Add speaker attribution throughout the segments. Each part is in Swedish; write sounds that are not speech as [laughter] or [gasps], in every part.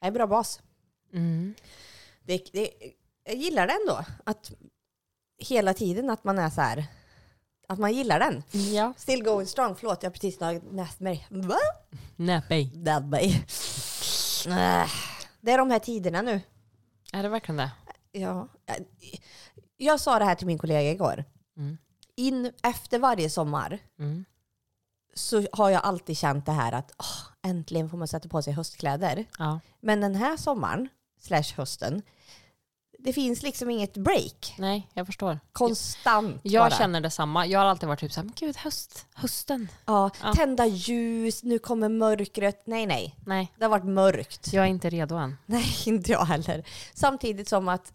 Speaker 1: är en bra bas.
Speaker 2: Mm.
Speaker 1: Det, det, jag gillar den då. Att hela tiden att man är så här. Att man gillar den.
Speaker 2: Ja.
Speaker 1: Still going strong. Förlåt, jag har precis näst mig. Va?
Speaker 2: Näpej.
Speaker 1: Dead by. Äh, Det är de här tiderna nu.
Speaker 2: Är det verkligen det?
Speaker 1: Ja. Jag, jag sa det här till min kollega igår.
Speaker 2: Mm.
Speaker 1: In, efter varje sommar
Speaker 2: Mm.
Speaker 1: så har jag alltid känt det här att åh, äntligen får man sätta på sig höstkläder.
Speaker 2: Ja.
Speaker 1: Men den här sommaren, slash hösten, det finns liksom inget break.
Speaker 2: Nej, jag förstår.
Speaker 1: Konstant
Speaker 2: Jag
Speaker 1: bara.
Speaker 2: känner detsamma. Jag har alltid varit typ såhär, men gud höst, hösten.
Speaker 1: Ja,
Speaker 2: Ja.
Speaker 1: Tända ljus, nu kommer mörkret. Nej, nej.
Speaker 2: Nej,
Speaker 1: Det har varit mörkt.
Speaker 2: jag är inte redo än.
Speaker 1: Nej, [laughs] inte jag heller. Samtidigt som att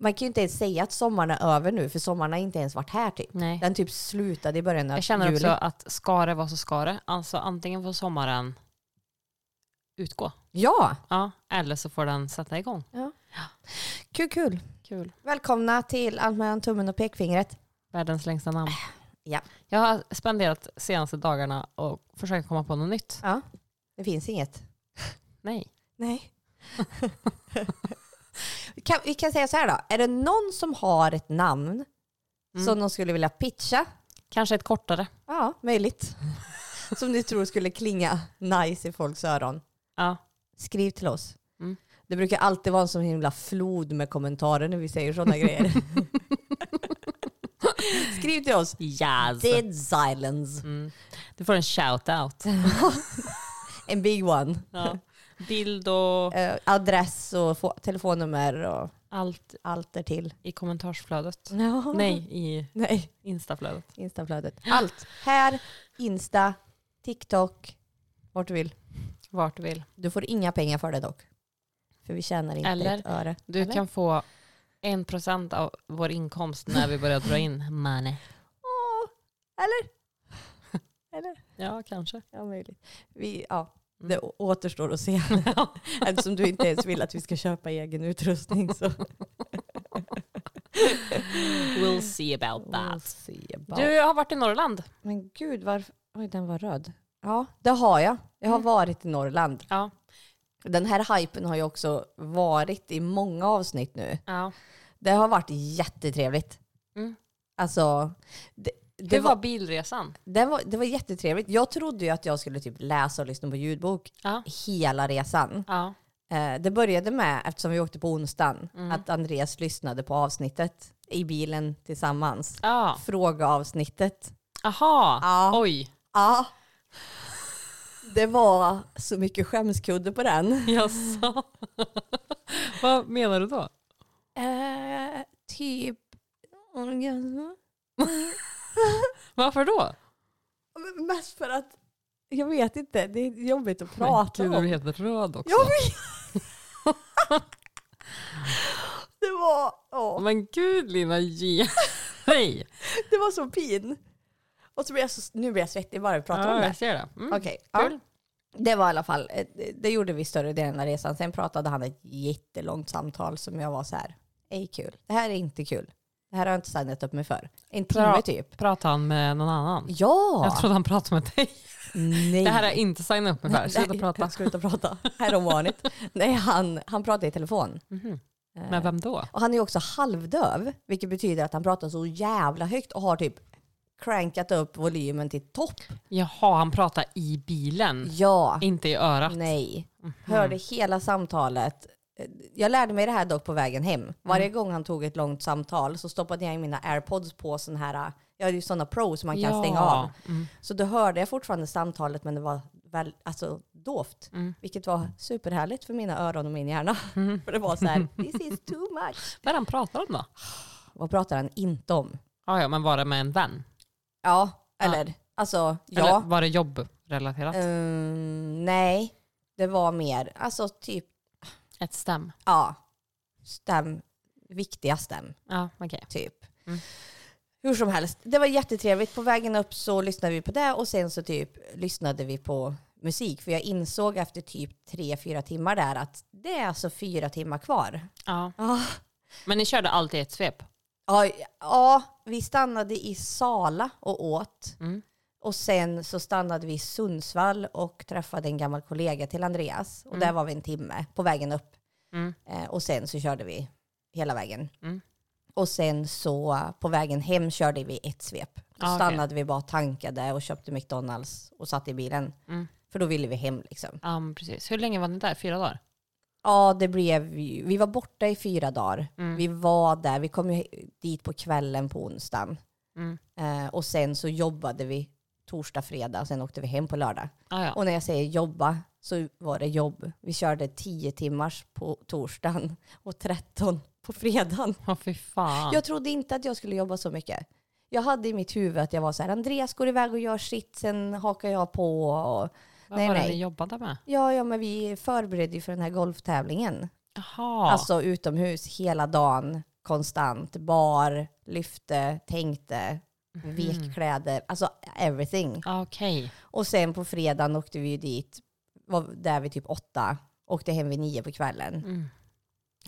Speaker 1: man kan ju inte ens säga att sommaren är över nu för sommaren har inte ens varit här typ.
Speaker 2: Nej.
Speaker 1: Den typ slutade i början av
Speaker 2: Jag känner
Speaker 1: juli.
Speaker 2: också att ska det vara så ska det. Alltså antingen får sommaren utgå,
Speaker 1: Ja,
Speaker 2: ja, eller så får den sätta igång.
Speaker 1: kul kul.
Speaker 2: Kul.
Speaker 1: Välkomna till Allt mellan tummen och pekfingret.
Speaker 2: Världens längsta namn.
Speaker 1: Ja.
Speaker 2: Jag har spenderat senaste dagarna och försökt komma på något nytt.
Speaker 1: Ja, det finns inget.
Speaker 2: Nej.
Speaker 1: Nej.
Speaker 2: [laughs]
Speaker 1: vi, kan, vi kan säga så här då. Är det någon som har ett namn
Speaker 2: Mm.
Speaker 1: som de skulle vilja pitcha?
Speaker 2: Kanske ett kortare.
Speaker 1: Ja, möjligt. som ni tror skulle klinga nice i folks öron.
Speaker 2: Ja.
Speaker 1: Skriv till oss.
Speaker 2: Mm.
Speaker 1: Det brukar alltid vara en sån himla flod med kommentarer när vi säger
Speaker 2: [laughs]
Speaker 1: sådana grejer. Skriv till oss.
Speaker 2: Yes.
Speaker 1: Dead silence.
Speaker 2: Mm. Du får en shout-out.
Speaker 1: En big one.
Speaker 2: [laughs] Ja. Bild och
Speaker 1: Eh, adress och få- telefonnummer och
Speaker 2: allt
Speaker 1: allt där till.
Speaker 2: i kommentarsflödet.
Speaker 1: Ja.
Speaker 2: Nej, i
Speaker 1: Nej.
Speaker 2: instaflödet.
Speaker 1: Instaflödet. Allt. Här, Insta, TikTok, vart du vill.
Speaker 2: Vart du vill.
Speaker 1: Du får inga pengar för det dock. För vi tjänar inte
Speaker 2: Eller-
Speaker 1: ett öre.
Speaker 2: Du
Speaker 1: Eller?
Speaker 2: kan få en procent av vår inkomst när vi börjar dra in money.
Speaker 1: Åh, eller? eller?
Speaker 2: Ja, kanske.
Speaker 1: Ja, möjligt. Vi, ja,
Speaker 2: Mm.
Speaker 1: det å- återstår att
Speaker 2: [laughs]
Speaker 1: se. Eftersom du inte ens vill att vi ska köpa egen utrustning
Speaker 2: [laughs]
Speaker 1: så.
Speaker 2: We'll see about
Speaker 1: We'll
Speaker 2: that.
Speaker 1: see about-
Speaker 2: Du har varit i Norrland.
Speaker 1: Men gud, varför? Oj, den var röd. Mm. Ja, det har jag. Jag har varit i Norrland.
Speaker 2: Ja.
Speaker 1: Den här hypen har ju också varit i många avsnitt nu.
Speaker 2: ja.
Speaker 1: Det har varit jättetrevligt.
Speaker 2: Mm.
Speaker 1: Alltså, det, det,
Speaker 2: Hur var
Speaker 1: var,
Speaker 2: bilresan?
Speaker 1: det, var, det var jättetrevligt. Jag trodde ju att jag skulle typ läsa och lyssna på ljudbok
Speaker 2: Ja.
Speaker 1: hela resan.
Speaker 2: Ja.
Speaker 1: Eh, det började med, eftersom vi åkte på onsdagen,
Speaker 2: Mm.
Speaker 1: att Andreas lyssnade på avsnittet i bilen tillsammans.
Speaker 2: ja.
Speaker 1: Fråga avsnittet.
Speaker 2: Aha.
Speaker 1: Ja.
Speaker 2: Oj.
Speaker 1: Ja. Det var så mycket skämskudde på den.
Speaker 2: Jaså? [laughs] Vad menar du då?
Speaker 1: Eh, typ...
Speaker 2: oh, Varför då?
Speaker 1: Men Mest för att jag vet inte, det är jobbigt att prata
Speaker 2: Men gud,
Speaker 1: om.
Speaker 2: du är helt röd också.
Speaker 1: Jag vet.
Speaker 2: [laughs]
Speaker 1: det, var, ja,
Speaker 2: Men gud Lina, [laughs] ge dig.
Speaker 1: [laughs] det var så pin. Och så blir jag så, nu blir jag svettig bara vi pratar om
Speaker 2: Ja,
Speaker 1: det.
Speaker 2: jag ser det. Mm.
Speaker 1: Okej,
Speaker 2: Kul.
Speaker 1: ja. Det var i alla fall, eh, det- det gjorde vi större delen av resan. Sen pratade han ett jättelångt samtal som jag var så här, ej kul. Det här är inte kul. Det här har jag inte signat upp mig för. En timme
Speaker 2: Bra.
Speaker 1: typ.
Speaker 2: Pratar han med någon annan?
Speaker 1: Ja!
Speaker 2: Jag trodde han pratade med dig.
Speaker 1: Nej.
Speaker 2: Det här är inte signa upp mig för. Sluta
Speaker 1: Nej, [laughs]
Speaker 2: prata.
Speaker 1: Sluta prata. Här är ovanligt. Nej, han, han pratar i telefon.
Speaker 2: Mhm.
Speaker 1: Eh,
Speaker 2: Men vem då?
Speaker 1: Och han är också halvdöv, vilket betyder att han pratar så jävla högt och har typ crankat upp volymen till topp.
Speaker 2: Jaha, han pratar i bilen.
Speaker 1: Ja,
Speaker 2: Inte i örat.
Speaker 1: nej.
Speaker 2: Mhm.
Speaker 1: Hörde hela samtalet. Jag lärde mig det här dock på vägen hem. Varje
Speaker 2: Mm.
Speaker 1: gång han tog ett långt samtal så stoppade jag in mina airpods på sån här, jag har ju sådana pro som man kan stänga av.
Speaker 2: Mm.
Speaker 1: Så då hörde jag fortfarande samtalet men det var väl, alltså, dovt.
Speaker 2: Mm.
Speaker 1: Vilket var superhärligt för mina öron och min hjärna.
Speaker 2: [laughs] Mm.
Speaker 1: För det var så här, this is too much.
Speaker 2: Vad är det han pratar om då?
Speaker 1: Vad pratar han inte om?
Speaker 2: Ah, ja, men var det med en vän?
Speaker 1: Ja, eller alltså
Speaker 2: Eller
Speaker 1: ja. Eh.
Speaker 2: var det jobbrelaterat?
Speaker 1: Ehm, nej, det var mer alltså typ
Speaker 2: Ett stäm.
Speaker 1: ja, stäm, viktiga stäm
Speaker 2: Ja, okej.
Speaker 1: typ.
Speaker 2: Mm.
Speaker 1: Hur som helst, det var jättetrevligt. På vägen upp så lyssnade vi på det och sen så typ lyssnade vi på musik för jag insåg efter typ tre, fyra timmar där att det är alltså fyra timmar kvar.
Speaker 2: Ja.
Speaker 1: Ja,
Speaker 2: Men ni körde allt i ett svep?
Speaker 1: ja, ja vi stannade i Sala och åt
Speaker 2: Mm.
Speaker 1: Och sen så stannade vi i Sundsvall och träffade en gammal kollega till Andreas. Och
Speaker 2: Mm.
Speaker 1: där var vi en timme på vägen upp.
Speaker 2: Mm.
Speaker 1: Eh, och sen så körde vi hela vägen.
Speaker 2: Mm.
Speaker 1: Och sen så på vägen hem körde vi ett svep. Då
Speaker 2: Ah, okej.
Speaker 1: stannade vi bara, tankade och köpte McDonalds och satt i bilen.
Speaker 2: Mm.
Speaker 1: För då ville vi hem liksom.
Speaker 2: Ja, men precis. Hur länge var ni där? Fyra dagar?
Speaker 1: Ja, det blev ju, vi var borta i fyra dagar.
Speaker 2: Mm.
Speaker 1: Vi var där, vi kom ju dit på kvällen på onsdagen.
Speaker 2: Mm.
Speaker 1: Eh, och sen så jobbade vi torsdag, fredag och sen åkte vi hem på lördag.
Speaker 2: Ah, ja.
Speaker 1: Och när jag säger jobba så var det jobb. Vi körde 10 timmars på torsdagen och 13 på fredagen.
Speaker 2: Åh fy fan.
Speaker 1: Jag trodde inte att jag skulle jobba så mycket. Jag hade i mitt huvud att jag var så här, Andreas går iväg och gör sitt, sen hakar jag på. Och,
Speaker 2: Vad
Speaker 1: nej,
Speaker 2: var det
Speaker 1: nej.
Speaker 2: ni jobbade med?
Speaker 1: ja, ja, men vi förberedde ju för den här golftävlingen.
Speaker 2: Jaha.
Speaker 1: Alltså utomhus hela dagen, konstant. Bar, lyfte, tänkte,
Speaker 2: Mhm.
Speaker 1: vek kläder, alltså everything.
Speaker 2: Ah, Okej.
Speaker 1: Och sen på fredagen åkte vi ju dit, var där vid typ åtta, åkte hem vid nio på kvällen.
Speaker 2: Mm.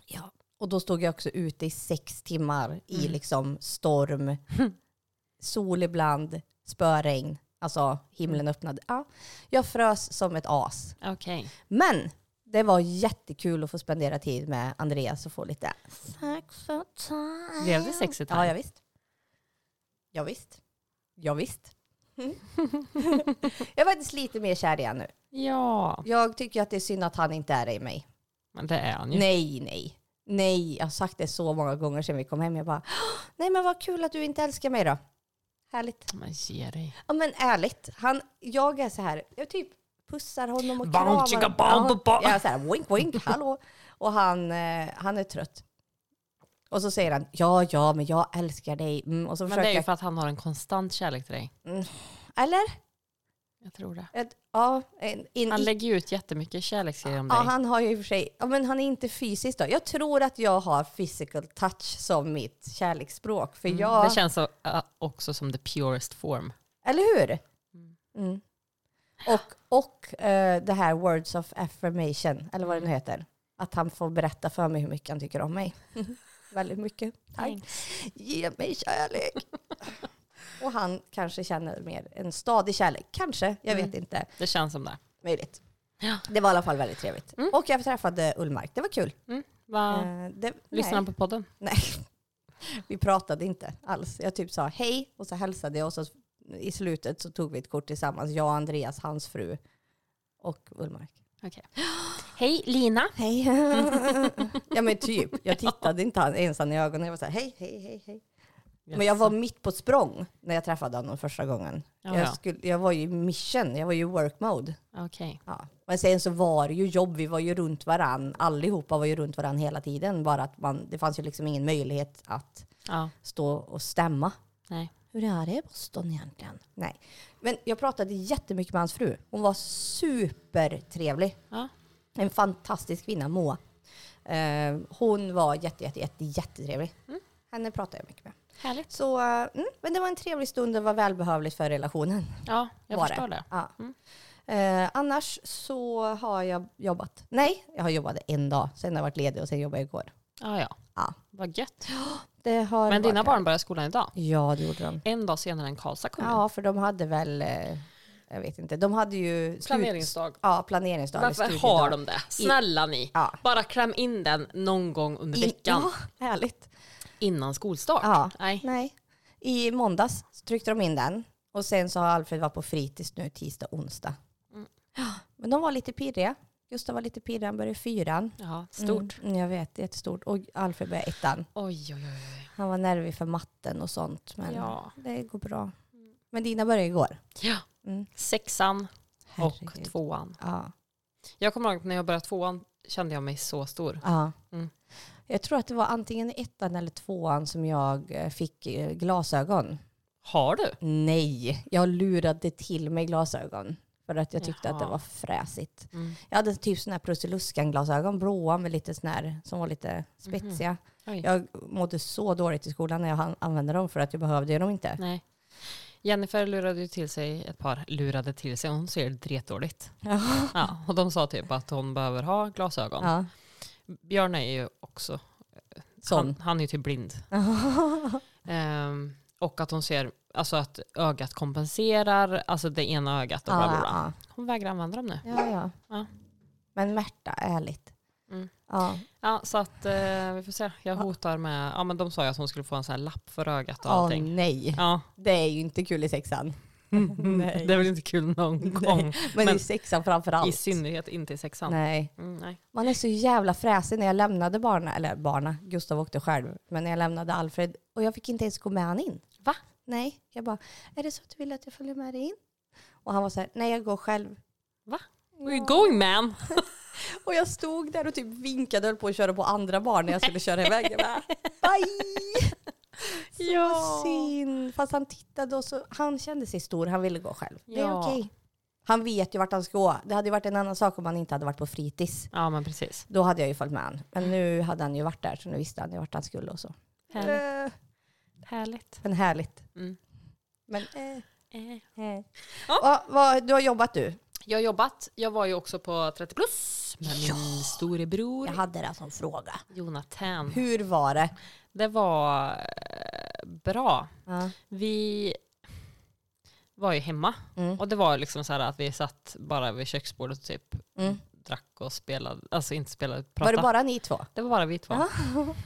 Speaker 1: Ja. Och då stod jag också ute i sex timmar i
Speaker 2: Mm.
Speaker 1: liksom storm, sol ibland, spöregn, alltså himlen öppnade. Ja. Jag frös som ett as.
Speaker 2: Okej.
Speaker 1: Men det var jättekul att få spendera tid med Andreas och få lite sex och time.
Speaker 2: Blev det sexigt här?
Speaker 1: Ja, jag visst. Ja, visst. Ja, [laughs] visst. jag är faktiskt lite mer kär i han nu.
Speaker 2: Ja,
Speaker 1: Jag tycker att det är synd att han inte är i mig.
Speaker 2: men det är han ju.
Speaker 1: Nej, nej. Nej, jag har sagt det så många gånger sedan vi kom hem. Jag bara, "Åh, nej men vad kul att du inte älskar mig då. Härligt.
Speaker 2: Men ge dig.
Speaker 1: Ja men ärligt, han, jag är så här, jag typ pussar honom och
Speaker 2: Bam,
Speaker 1: kramar honom.
Speaker 2: chicka, bam, bam, bam.
Speaker 1: Ja, jag är så här, wink wink, hallå. Och han, eh, han är trött. Och så säger han, ja ja men jag älskar dig. Mm, och så
Speaker 2: Men det
Speaker 1: försöker
Speaker 2: är ju
Speaker 1: jag,
Speaker 2: för att han har en konstant kärlek till dig.
Speaker 1: eller?
Speaker 2: Jag tror det.
Speaker 1: Ett, ja, en, en,
Speaker 2: Han lägger ju ut jättemycket kärleksserier om
Speaker 1: Mm. Ja,
Speaker 2: dig.
Speaker 1: han har ju i och för sig, ja, men han är inte fysisk då. Jag tror att jag har physical touch som mitt kärleksspråk. För
Speaker 2: Mm.
Speaker 1: jag,
Speaker 2: Det känns så, äh, också som the purest form.
Speaker 1: eller hur?
Speaker 2: Mm.
Speaker 1: Mm. Och, och eh, det här words of affirmation, eller vad det nu
Speaker 2: Mm.
Speaker 1: heter. Att han får berätta för mig hur mycket han tycker om mig.
Speaker 2: [laughs]
Speaker 1: Väldigt mycket. Tack. Ge mig
Speaker 2: [laughs]
Speaker 1: kärlek. och han kanske känner mer en stadig kärlek. Kanske, jag vet
Speaker 2: Mm.
Speaker 1: inte.
Speaker 2: Det känns som det.
Speaker 1: Möjligt.
Speaker 2: Ja.
Speaker 1: Det var i alla fall väldigt trevligt.
Speaker 2: Mm.
Speaker 1: Och jag träffade Ullmark, det var kul.
Speaker 2: Va?
Speaker 1: Eh, det,
Speaker 2: Lyssnar
Speaker 1: nej.
Speaker 2: han på podden?
Speaker 1: Nej, vi pratade inte alls. Jag typ sa hej och så hälsade jag och så i slutet så tog vi ett kort tillsammans. Jag, Andreas, hans fru och Ullmark.
Speaker 2: Hej Lina!
Speaker 1: Hej. [laughs] ja men typ, jag tittade inte han- ens han i ögonen. Jag var så här hej, hej, hej, hej. Men jag var mitt på språng när jag träffade honom första gången.
Speaker 2: Ja,
Speaker 1: Jag,
Speaker 2: ja.
Speaker 1: skulle, jag var ju i mission, jag var ju i work mode.
Speaker 2: Okej.
Speaker 1: Ja. Men sen så var det ju jobb, vi var ju runt varann, allihopa var ju runt varann hela tiden. Bara att man, det fanns ju liksom ingen möjlighet att
Speaker 2: Ja.
Speaker 1: stå och stämma.
Speaker 2: Nej.
Speaker 1: Hur är det i Boston egentligen? Nej. Men jag pratade jättemycket med hans fru. Hon var supertrevlig.
Speaker 2: Ja.
Speaker 1: En fantastisk kvinna, Moa. Eh, hon var jätte, jätte, jätte, jättetrevlig.
Speaker 2: Mm.
Speaker 1: Henne pratade jag mycket med.
Speaker 2: Härligt.
Speaker 1: Så, eh, mm, men det var en trevlig stund och var välbehövligt för relationen.
Speaker 2: Ja, jag
Speaker 1: Var
Speaker 2: förstår det.
Speaker 1: Ja.
Speaker 2: Mm.
Speaker 1: Eh, annars så har jag jobbat. Nej, jag har jobbat en dag. Sen har jag varit ledig och sen jobbade jag igår.
Speaker 2: Ja, ja.
Speaker 1: Ja.
Speaker 2: Vad gött.
Speaker 1: Det har
Speaker 2: Men dina
Speaker 1: varit-
Speaker 2: barn börjar skolan idag.
Speaker 1: Ja, det gjorde de.
Speaker 2: En dag senare än Karlstad kommun.
Speaker 1: Ja, för de hade väl, eh, jag vet inte, de hade ju... slut-
Speaker 2: Planeringsdag.
Speaker 1: Ja, planeringsdag. eller
Speaker 2: Varför
Speaker 1: studiedag.
Speaker 2: har de det? Snälla ni.
Speaker 1: Ja.
Speaker 2: Bara kläm in den någon gång under
Speaker 1: I,
Speaker 2: veckan
Speaker 1: ja, härligt.
Speaker 2: innan skolstart.
Speaker 1: Ja.
Speaker 2: Nej.
Speaker 1: Nej. I måndags så tryckte de in den och sen så har Alfred varit på fritids nu tisdag, onsdag.
Speaker 2: Mm.
Speaker 1: Ja, Men de var lite pirriga. Gustav var lite pirrig, han började fyran.
Speaker 2: Ja, stort.
Speaker 1: Mm, jag vet, jättestort. Och Alfred började ettan.
Speaker 2: Oj, oj, oj.
Speaker 1: Han var nervig för matten och sånt, men
Speaker 2: Ja. Mm.
Speaker 1: det går bra. Men dina började igår.
Speaker 2: ja.
Speaker 1: Mm.
Speaker 2: Sexan och
Speaker 1: Herregud.
Speaker 2: tvåan.
Speaker 1: Ja.
Speaker 2: Jag kommer ihåg när jag började tvåan kände jag mig så stor.
Speaker 1: Ja.
Speaker 2: Mm.
Speaker 1: Jag tror att det var antingen ettan eller tvåan som jag eh, fick eh, glasögon.
Speaker 2: Har du?
Speaker 1: Nej, jag lurade till mig glasögon. För att jag tyckte att det
Speaker 2: Jaha.
Speaker 1: var fräsigt.
Speaker 2: Mm.
Speaker 1: Jag hade typ sådana här Prussiluskan-glasögon, blåa med lite sån här, som var lite spetsiga.
Speaker 2: Mhm. Oj.
Speaker 1: Jag mådde så dåligt i skolan när jag han- använde dem för att jag behövde ju dem inte.
Speaker 2: Nej. Jennifer lurade ju till sig ett par, lurade till sig, hon ser dretdåligt.
Speaker 1: Ja.
Speaker 2: Ja, och de sa typ att hon behöver ha glasögon.
Speaker 1: Ja,
Speaker 2: Björn är ju också, eh,
Speaker 1: sån. [laughs]
Speaker 2: han, han är ju typ blind. Ehm, Och att hon ser, alltså att ögat kompenserar, alltså det ena ögat och bla bla bla.
Speaker 1: ja,
Speaker 2: Hon vägrar använda dem nu.
Speaker 1: ja, ja.
Speaker 2: Ja.
Speaker 1: Men Märta, ärligt.
Speaker 2: Mm.
Speaker 1: Ja.
Speaker 2: Ja, så att eh, vi får se. Jag hotar med, ja men de sa ju att hon skulle få en sån här lapp för ögat och
Speaker 1: Åh
Speaker 2: allting.
Speaker 1: nej,
Speaker 2: Ja,
Speaker 1: det är ju inte kul i sexan. [laughs] Nej.
Speaker 2: det är väl inte kul någon gång.
Speaker 1: Men,
Speaker 2: Men
Speaker 1: i sexan framför allt.
Speaker 2: I synnerhet inte i sexan. Nej.
Speaker 1: Nej.
Speaker 2: Mm, nej.
Speaker 1: Man är så jävla fräsig när jag lämnade barna, eller barna, Gustav åkte själv, men när jag lämnade Alfred och jag fick inte ens gå med han in.
Speaker 2: Va?
Speaker 1: Nej, jag bara, är det så att du vill att jag följer med dig in? Och han var så här, nej jag går själv.
Speaker 2: Va? We're
Speaker 1: Ja.
Speaker 2: going man!
Speaker 1: Och jag stod där och typ vinkade och höll på att köra på andra barn när jag skulle köra iväg. Jag
Speaker 2: [laughs]
Speaker 1: bara, Bye! Så
Speaker 2: Ja.
Speaker 1: synd. Fast han tittade och så, han kände sig stor, han ville gå själv. Det är
Speaker 2: Ja.
Speaker 1: okej. Han vet ju vart han ska gå. Det hade ju varit en annan sak om han inte hade varit på fritids.
Speaker 2: Ja men precis.
Speaker 1: Då hade jag ju följt med han. Men nu hade han ju varit där så nu visste han ju vart han skulle och så.
Speaker 2: Härligt.
Speaker 1: Eh,
Speaker 2: Härligt.
Speaker 1: Men härligt.
Speaker 2: Mm.
Speaker 1: Men, eh,
Speaker 2: Eh.
Speaker 1: eh.
Speaker 2: Ja.
Speaker 1: Vad- vad- du har jobbat du.
Speaker 2: Jag har jobbat, jag var ju också på 30 plus med min storebror
Speaker 1: Jag hade det som fråga.
Speaker 2: Jonathan.
Speaker 1: Hur var det?
Speaker 2: Det var eh, bra.
Speaker 1: Ja.
Speaker 2: Vi var ju hemma
Speaker 1: Mm.
Speaker 2: och det var liksom så här att vi satt bara vid köksbordet och typ
Speaker 1: Mm.
Speaker 2: drack och spelade, alltså inte spelade,
Speaker 1: Var
Speaker 2: pratade.
Speaker 1: det bara ni två?
Speaker 2: det var bara vi två. [laughs]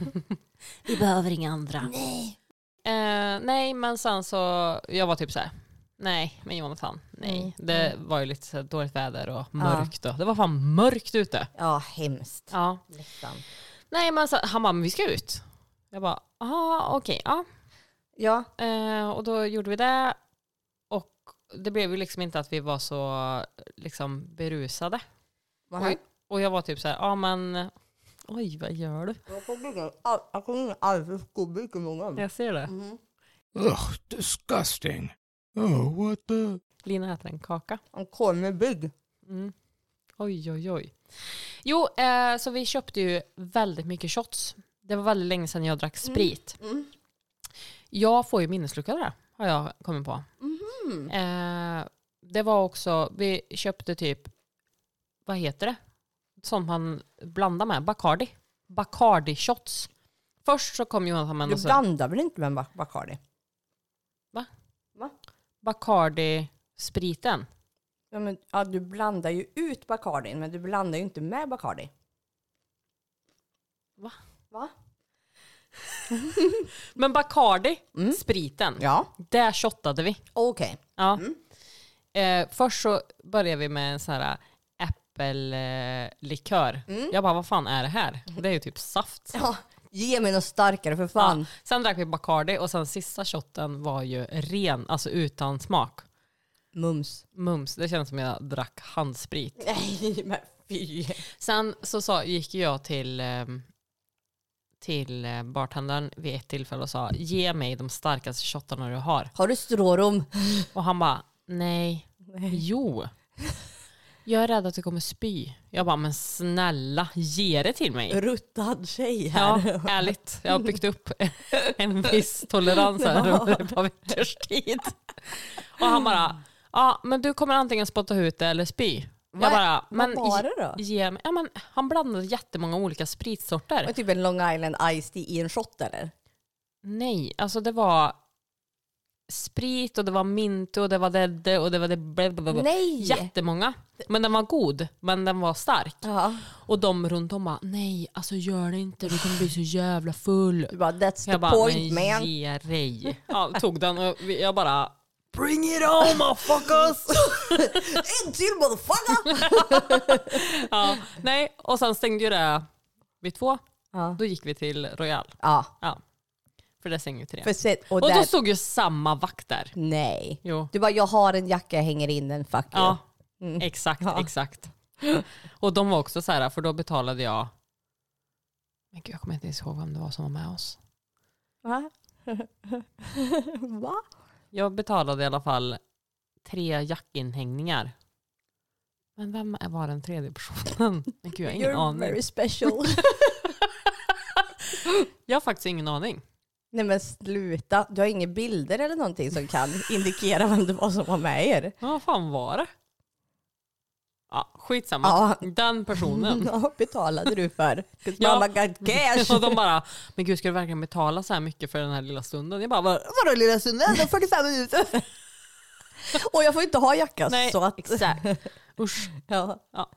Speaker 2: Vi behöver inga andra.
Speaker 1: Nej.
Speaker 2: Eh, nej, men sen så, jag var typ så här. Nej, men Jonathan, nej.
Speaker 1: Mm.
Speaker 2: Det var ju lite så här dåligt väder och mörkt. Och, det var fan mörkt ute.
Speaker 1: Ja, hemskt.
Speaker 2: Ja.
Speaker 1: Leksand.
Speaker 2: Nej, men så, han bara, men vi ska ut. Jag bara, aha, okej, ja.
Speaker 1: Ja,
Speaker 2: Eh, och då gjorde vi det. Och det blev ju liksom inte att vi var så liksom berusade.
Speaker 1: vad
Speaker 2: Oj. Och jag var typ så här, ja men, oj vad gör du?
Speaker 1: Jag kommer aldrig skubba i munnen.
Speaker 2: Jag ser det.
Speaker 1: Mm.
Speaker 3: Ugh, disgusting. Oh, what the?
Speaker 2: Lina äter en kaka.
Speaker 1: Han kommer bygg.
Speaker 2: Mm. Oj, oj, oj. Jo, eh, så vi köpte ju väldigt mycket shots. Det var väldigt länge sedan jag drack sprit.
Speaker 1: Mm.
Speaker 2: Jag får ju minneslucka där, har jag kommit på.
Speaker 1: Mhm.
Speaker 2: Eh, det var också, vi köpte typ, vad heter det? Som man blandar med, Bacardi. Bacardi shots. Först så kom Jonathan med
Speaker 1: Du
Speaker 2: någon sån-
Speaker 1: blandar väl inte med Bac- Bacardi?
Speaker 2: Bacardi-spriten.
Speaker 1: Ja, men, ja, du blandar ju ut Bacardi, men du blandar ju inte med Bacardi.
Speaker 2: Va?
Speaker 1: Va?
Speaker 2: Men Bacardi,
Speaker 1: Mm.
Speaker 2: spriten,
Speaker 1: Ja,
Speaker 2: där shottade vi.
Speaker 1: okej.
Speaker 2: Ja. Eh, först så började vi med en sån här äppellikör. Jag bara, vad fan är det här? Det är ju typ saft.
Speaker 1: Ja, ge mig något starkare för fan.
Speaker 2: Ja. Sen drack vi Bacardi och sen sista shotten var ju ren, alltså utan smak.
Speaker 1: Mums.
Speaker 2: Mums, det känns som jag drack handsprit.
Speaker 1: Nej, men fy.
Speaker 2: Sen så sa, gick jag till, ehm, till eh, bartendern vid ett tillfälle och sa ge mig de starkaste shottarna du har.
Speaker 1: Har du strårum?
Speaker 2: Och han bara nej, jo. Jag är rädd att du kommer spy. Jag bara men snälla ge det till mig.
Speaker 1: Ruttad tjej
Speaker 2: Ja,
Speaker 1: här. [laughs]
Speaker 2: ärligt. Jag har byggt upp en viss tolerans här
Speaker 1: Ja.
Speaker 2: under ett par veckors tid. Och han bara, ja men du kommer antingen spotta ut det eller spy.
Speaker 1: Vad-
Speaker 2: Jag bara, men
Speaker 1: vad var det då?
Speaker 2: Ge mig. Ja, men han blandade jättemånga olika spritsorter.
Speaker 1: Men typ en Long Island Iced Tea i en shot eller?
Speaker 2: Nej, alltså det var sprit och det var mint och det var det och det var det. blablabla.
Speaker 1: Nej!
Speaker 2: Jättemånga. Men den var god, men den var stark.
Speaker 1: Ja.
Speaker 2: Och de runt om bara, nej alltså gör det inte, du kommer bli så jävla full.
Speaker 1: Du bara, that's the
Speaker 2: Jag bara,
Speaker 1: point
Speaker 2: men
Speaker 1: man.
Speaker 2: ge dig.
Speaker 1: [laughs]
Speaker 2: Ja, tog den och vi- jag bara, bring it
Speaker 1: Oh
Speaker 2: on motherfuckers.
Speaker 1: Alltså, [laughs] En till motherfucker!
Speaker 2: ja, nej, och sen stängde ju det vid två.
Speaker 1: Ja.
Speaker 2: Då gick vi till Royal.
Speaker 1: ja,
Speaker 2: Ja, för det stängde ju tre.
Speaker 1: för sen, och,
Speaker 2: Och
Speaker 1: där,
Speaker 2: då stod ju samma vakt där.
Speaker 1: nej.
Speaker 2: Jo.
Speaker 1: Du bara, jag har en jacka, jag hänger in den, fuck you.
Speaker 2: Ja, Mm. exakt,
Speaker 1: Mm. Ja.
Speaker 2: exakt. [laughs] Och de var också så här, för då betalade jag, men gud jag kommer inte ens ihåg vem det var som var med oss.
Speaker 1: Va? [laughs] Va?
Speaker 2: Jag betalade i alla fall tre jackinhängningar. Men vem var den tredje personen? [laughs] Men gud, jag har ingen
Speaker 1: You're
Speaker 2: aning.
Speaker 1: very special.
Speaker 2: Jag har faktiskt ingen aning.
Speaker 1: [laughs] nej men sluta, du har inga bilder eller någonting som kan indikera vem det var som var med er.
Speaker 2: Men vad fan var det? Ja, skitsamma.
Speaker 1: Ja.
Speaker 2: Den personen.
Speaker 1: [laughs] Ja, betalade du för? 'Cause
Speaker 2: [laughs] Ja.
Speaker 1: Mamma got cash.
Speaker 2: Och de bara, men gud ska du verkligen betala så här mycket för den här lilla stunden? Jag bara, "Vad-
Speaker 1: Vadå lilla Sunne? De 45
Speaker 2: [laughs]
Speaker 1: minuter. Och jag får inte ha jacka
Speaker 2: nej,
Speaker 1: så att...
Speaker 2: exakt. Usch.
Speaker 1: [laughs] Ja.
Speaker 2: Ja.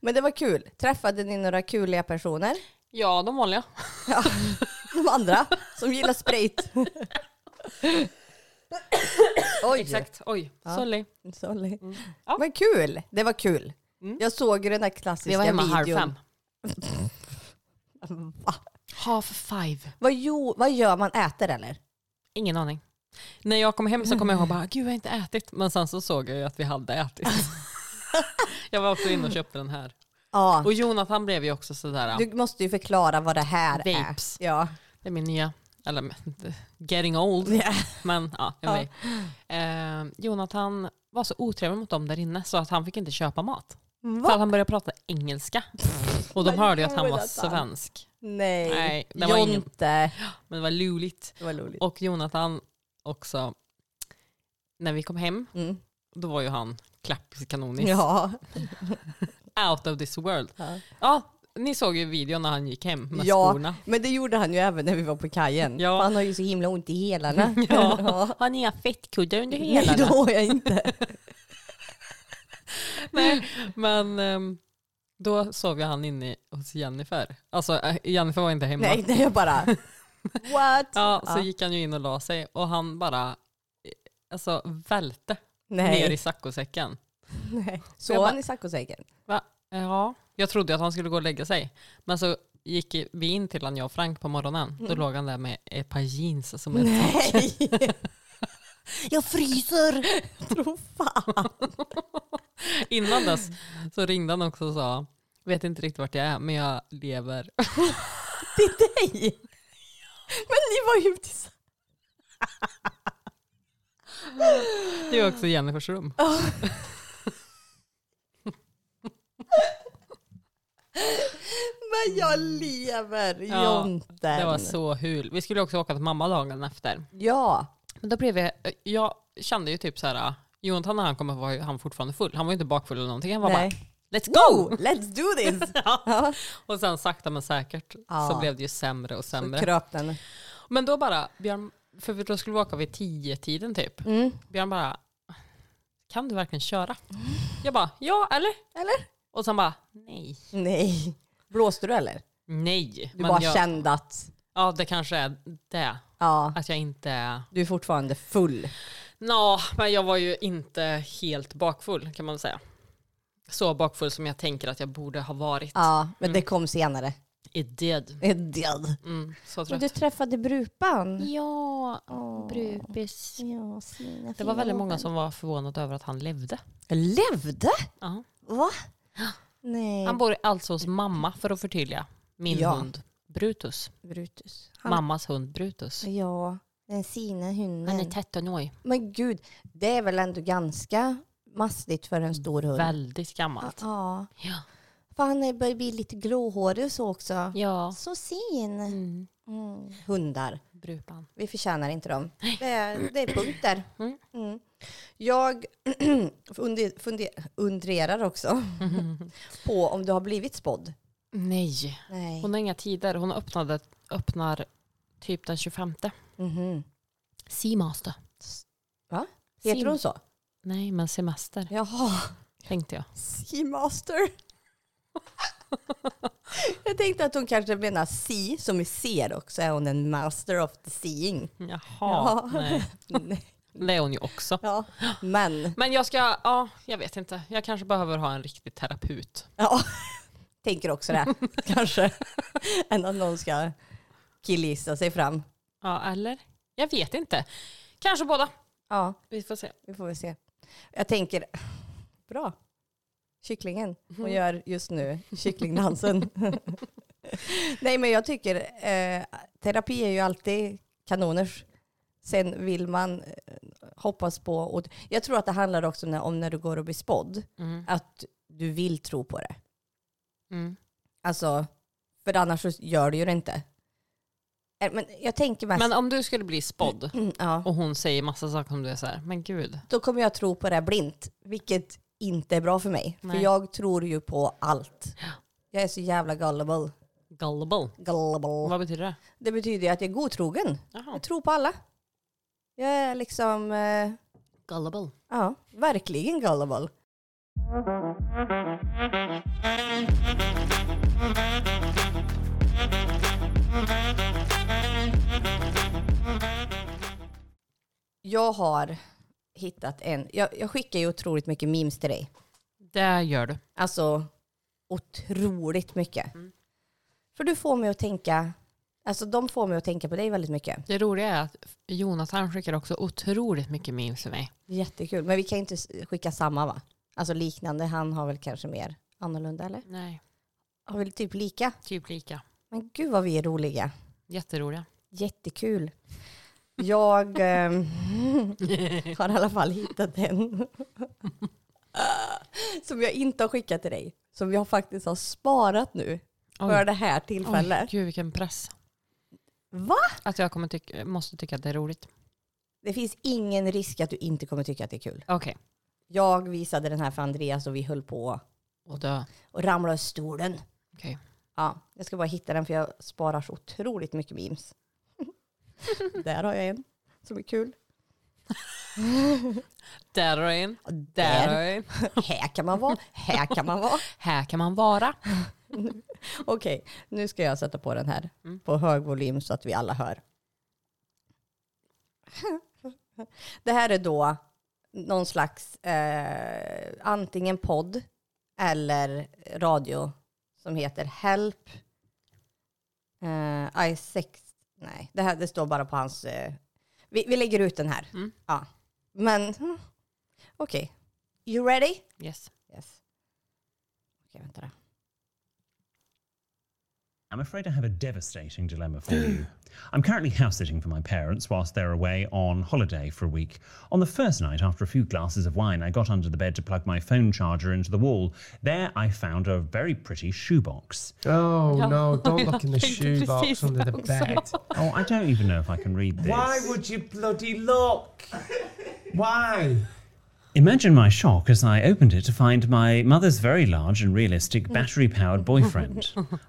Speaker 1: Men det var kul. Träffade ni några kuliga personer?
Speaker 2: Ja, de vanliga.
Speaker 1: Ja. De andra som gillar
Speaker 2: [laughs]
Speaker 1: sprayt. Oj.
Speaker 2: Exakt, oj, sorry.
Speaker 1: Sorry.
Speaker 2: Ja.
Speaker 1: Mm. Men kul. Det var kul.
Speaker 2: Mm.
Speaker 1: Jag såg ju den här klassiska
Speaker 2: Vi var hemma halv
Speaker 1: videon.
Speaker 2: fem.
Speaker 1: Va?
Speaker 2: Half five.
Speaker 1: Vad, jo, vad gör man? Äter eller?
Speaker 2: Ingen aning. När jag kom hem så kom jag ihåg
Speaker 1: Mm.
Speaker 2: bara, gud jag har inte ätit. Men sen så såg jag ju att vi
Speaker 1: [laughs]
Speaker 2: hade ätit. jag var också inne och köpte den här.
Speaker 1: Ja.
Speaker 2: Och Jonathan blev ju också sådär,
Speaker 1: Du måste ju förklara vad det här
Speaker 2: Vapes.
Speaker 1: är. Ja.
Speaker 2: det är min nya, eller men, getting old.
Speaker 1: Ja.
Speaker 2: Men ja, jag är med. eh, Jonathan var så otrevlig mot dem där inne så att han fick inte köpa mat. För att han började prata engelska. Och de
Speaker 1: Vad alltså.
Speaker 2: hörde ju att han var
Speaker 1: Jonathan.
Speaker 2: svensk.
Speaker 1: Nej.
Speaker 2: Nej, det var ingen-
Speaker 1: Jonte.
Speaker 2: Men det var luligt.
Speaker 1: Det var roligt.
Speaker 2: Och Jonathan också, när vi kom hem,
Speaker 1: Mm.
Speaker 2: då var ju han klappiskanonis.
Speaker 1: Ja.
Speaker 2: Out of this world.
Speaker 1: Ja.
Speaker 2: Ja, ni såg ju videon när han gick hem med
Speaker 1: Ja.
Speaker 2: skorna.
Speaker 1: Men det gjorde han ju även när vi var på kajen.
Speaker 2: Ja.
Speaker 1: För Han har ju så himla ont i helarna.
Speaker 2: [laughs]
Speaker 1: [laughs]
Speaker 2: Ja. Har ni inga fettkuddar under
Speaker 1: Nej,
Speaker 2: helarna?
Speaker 1: då har jag inte.
Speaker 2: [laughs] Nej, men ehm, då sov ju han inne hos Jennifer. Alltså eh, Jennifer var inte hemma.
Speaker 1: Nej, nej, jag
Speaker 2: [laughs]
Speaker 1: bara... What?
Speaker 2: Ja, så
Speaker 1: Ja.
Speaker 2: gick han ju in och la sig och han bara eh, alltså, välte ner i
Speaker 1: Nej.
Speaker 2: saccosäcken.
Speaker 1: nej.
Speaker 2: Jag
Speaker 1: Sov
Speaker 2: bara-
Speaker 1: han i saccosäcken?
Speaker 2: Ja. Jag trodde att han skulle gå och lägga sig. Men så gick vi in till han, jag och Frank på morgonen.
Speaker 1: Mm.
Speaker 2: Då låg han där med ett par
Speaker 1: [laughs]
Speaker 2: jeans som en...
Speaker 1: Nej. jag fryser.
Speaker 2: [laughs]
Speaker 1: Tro fan.
Speaker 2: Innan dess så ringde han också och sa, vet inte riktigt vart jag är men jag lever.
Speaker 1: Det är dig. Men ni var ju tillsammans.
Speaker 2: Det är också Jennifers rum.
Speaker 1: Men jag lever,
Speaker 2: Ja,
Speaker 1: Jonten.
Speaker 2: Det var så hul. Vi skulle också åka till mamma dagen efter.
Speaker 1: Ja.
Speaker 2: Men då blev jag, jag kände ju typ så här, Jonathan när han kom var ju han fortfarande full. Han var ju inte bakfull eller någonting. Han var
Speaker 1: Nej.
Speaker 2: bara let's [laughs] go!
Speaker 1: Go! Let's do this!
Speaker 2: Ja. Och sen sakta men säkert så
Speaker 1: Ja.
Speaker 2: blev det ju sämre och
Speaker 1: Så
Speaker 2: sämre.
Speaker 1: kröp den.
Speaker 2: men då bara, Björn, för då skulle vi åka vid tio tiden typ.
Speaker 1: Mm.
Speaker 2: Björn bara, kan du verkligen köra? Jag bara, ja eller?
Speaker 1: Eller?
Speaker 2: Och sen bara, nej.
Speaker 1: Nej. Blåste du eller?
Speaker 2: Nej.
Speaker 1: Du bara
Speaker 2: jag,
Speaker 1: kände att
Speaker 2: ja det kanske är det.
Speaker 1: ja,
Speaker 2: Att jag inte
Speaker 1: du är fortfarande full.
Speaker 2: Nå, men jag var ju inte helt bakfull kan man säga. Så bakfull som jag tänker att jag borde ha varit.
Speaker 1: Ja, men
Speaker 2: Mm.
Speaker 1: det kom senare.
Speaker 2: I död.
Speaker 1: Är död.
Speaker 2: Mm, så
Speaker 1: Men
Speaker 2: trött.
Speaker 1: du träffade brupan.
Speaker 2: Ja, brupis. Det var väldigt många som var förvånade över att han levde.
Speaker 1: Levde?
Speaker 2: Ja.
Speaker 1: Va? Nej.
Speaker 2: Han bor alltså hos mamma för att förtydliga. Min
Speaker 1: Ja.
Speaker 2: hund Brutus.
Speaker 1: Brutus.
Speaker 2: Mammas hund Brutus.
Speaker 1: Ja, den sina
Speaker 2: Han är
Speaker 1: hunden.
Speaker 2: 13 år.
Speaker 1: Men gud, det är väl ändå ganska mastigt för en stor hund?
Speaker 2: Väldigt gammalt.
Speaker 1: Ja.
Speaker 2: Ja.
Speaker 1: För han är- börjar bli lite gråhårig och så också.
Speaker 2: Ja.
Speaker 1: Så sin.
Speaker 2: Mm.
Speaker 1: Mm. Hundar.
Speaker 2: Brupan.
Speaker 1: Vi förtjänar inte dem. Det är, det är punkter.
Speaker 2: Mm.
Speaker 1: Mm. Jag [clears throat] funder- funder- undrar
Speaker 2: [laughs]
Speaker 1: också på om du har blivit spådd.
Speaker 2: Nej.
Speaker 1: Nej.
Speaker 2: Hon har inga tider. Hon öppnade, öppnar typ den 25.
Speaker 1: Mhm.
Speaker 2: Seamaster.
Speaker 1: Heter
Speaker 2: Sim.
Speaker 1: hon så?
Speaker 2: Nej, men semester
Speaker 1: Jaha,
Speaker 2: tänkte jag.
Speaker 1: Seamaster. [laughs] jag tänkte att hon kanske menar sea som i ser och så är hon en master of the seeing.
Speaker 2: Jaha,
Speaker 1: Ja.
Speaker 2: nej.
Speaker 1: Nej.
Speaker 2: Det är hon ju också.
Speaker 1: ja, men
Speaker 2: Men jag ska, ja, jag vet inte. Jag kanske behöver ha en riktig terapeut.
Speaker 1: ja, tänker också det kanske. Än att någon ska killgissa sig fram.
Speaker 2: Ja, eller? Jag vet inte. Kanske båda.
Speaker 1: Ja.
Speaker 2: Vi får se.
Speaker 1: Vi får väl se. Jag tänker, bra. Kycklingen. Hon
Speaker 2: Mhm.
Speaker 1: gör just nu kycklingdansen. Nej men jag tycker, eh, terapi är ju alltid kanoners. Sen vill man eh, hoppas på, och jag tror att det handlar också när, om när du går och blir spådd,
Speaker 2: Mm.
Speaker 1: att du vill tro på det.
Speaker 2: Mm.
Speaker 1: Alltså, för annars så gör du ju det inte. Eh, Men jag tänker mest,
Speaker 2: Men om du skulle bli spådd
Speaker 1: [clears throat] ja,
Speaker 2: och hon säger massa saker som du är så här, men gud.
Speaker 1: då kommer jag tro på det blint. Vilket inte är bra för mig.
Speaker 2: Nej.
Speaker 1: För jag tror ju på allt. Jag är så jävla gullible.
Speaker 2: Gullible.
Speaker 1: gullible.
Speaker 2: Vad betyder det?
Speaker 1: Det betyder ju att jag är godtrogen.
Speaker 2: Jaha.
Speaker 1: Jag tror på alla. Jag är liksom, eh,
Speaker 2: Gullible.
Speaker 1: ja, verkligen gullible. Jag har hittat en, jag, jag skickar ju otroligt mycket memes till dig.
Speaker 2: Det gör du.
Speaker 1: Alltså otroligt mycket. För du får mig att tänka, alltså de får mig att tänka på dig väldigt mycket.
Speaker 2: Det roliga är att Jonas han skickar också otroligt mycket memes till mig.
Speaker 1: Jättekul, men vi kan inte s- skicka samma va? Alltså liknande, han har väl kanske mer annorlunda eller?
Speaker 2: Nej,
Speaker 1: Har väl typ lika?
Speaker 2: typ lika.
Speaker 1: Men gud vad vi är roliga.
Speaker 2: [laughs] Jätteroliga.
Speaker 1: Jättekul. Jag ehm, [laughs] har i alla fall hittat en. [laughs] som jag inte har skickat till dig. Som jag faktiskt har sparat nu för
Speaker 2: Oj,
Speaker 1: det här
Speaker 2: oj,
Speaker 1: tillfället.
Speaker 2: gud vilken press.
Speaker 1: Va?
Speaker 2: Att jag kommer tycka, måste tycka att det är roligt.
Speaker 1: Det finns ingen risk att du inte kommer tycka att det är kul.
Speaker 2: Okej.
Speaker 1: Jag visade den här för Andreas och vi höll på
Speaker 2: Och dö.
Speaker 1: och ramlade ur stolen.
Speaker 2: Okej.
Speaker 1: Ja, jag ska bara hitta den för jag sparar så otroligt mycket memes. [laughs] Där har jag en som är kul.
Speaker 2: Där har jag en.
Speaker 1: Och
Speaker 2: Där har
Speaker 1: där,
Speaker 2: jag en.
Speaker 1: här kan man vara, här kan man vara.
Speaker 2: Här kan man vara.
Speaker 1: [laughs] Okej, nu ska jag sätta på den här
Speaker 2: Mm.
Speaker 1: på hög volym så att vi alla hör. [laughs] Det här är då någon slags eh, antingen podd eller radio som heter Help eh, I sex. Nej, det här det står bara på hans. Eh, vi, vi lägger ut den här.
Speaker 2: Mm.
Speaker 1: Ja, men mm, okej. You ready?
Speaker 2: Yes.
Speaker 1: Yes. Okej, vänta då.
Speaker 4: I'm afraid I have a devastating dilemma for you. I'm currently house sitting for my parents whilst they're away on holiday for a week. On the first night, after a few glasses of wine, I got under the bed to plug my phone charger into the wall. There, I found a very pretty shoebox.
Speaker 5: Oh
Speaker 2: Ja,
Speaker 5: no, [laughs] don't look in the
Speaker 2: jag tänkte precis
Speaker 5: shoebox under the
Speaker 2: också.
Speaker 5: bed.
Speaker 4: Oh, I don't even know if I can read this.
Speaker 5: Why would you bloody look? Why?
Speaker 4: Imagine my shock as I opened it to find my mother's very large and realistic
Speaker 5: Mm.
Speaker 4: battery powered
Speaker 5: [laughs]
Speaker 4: boyfriend.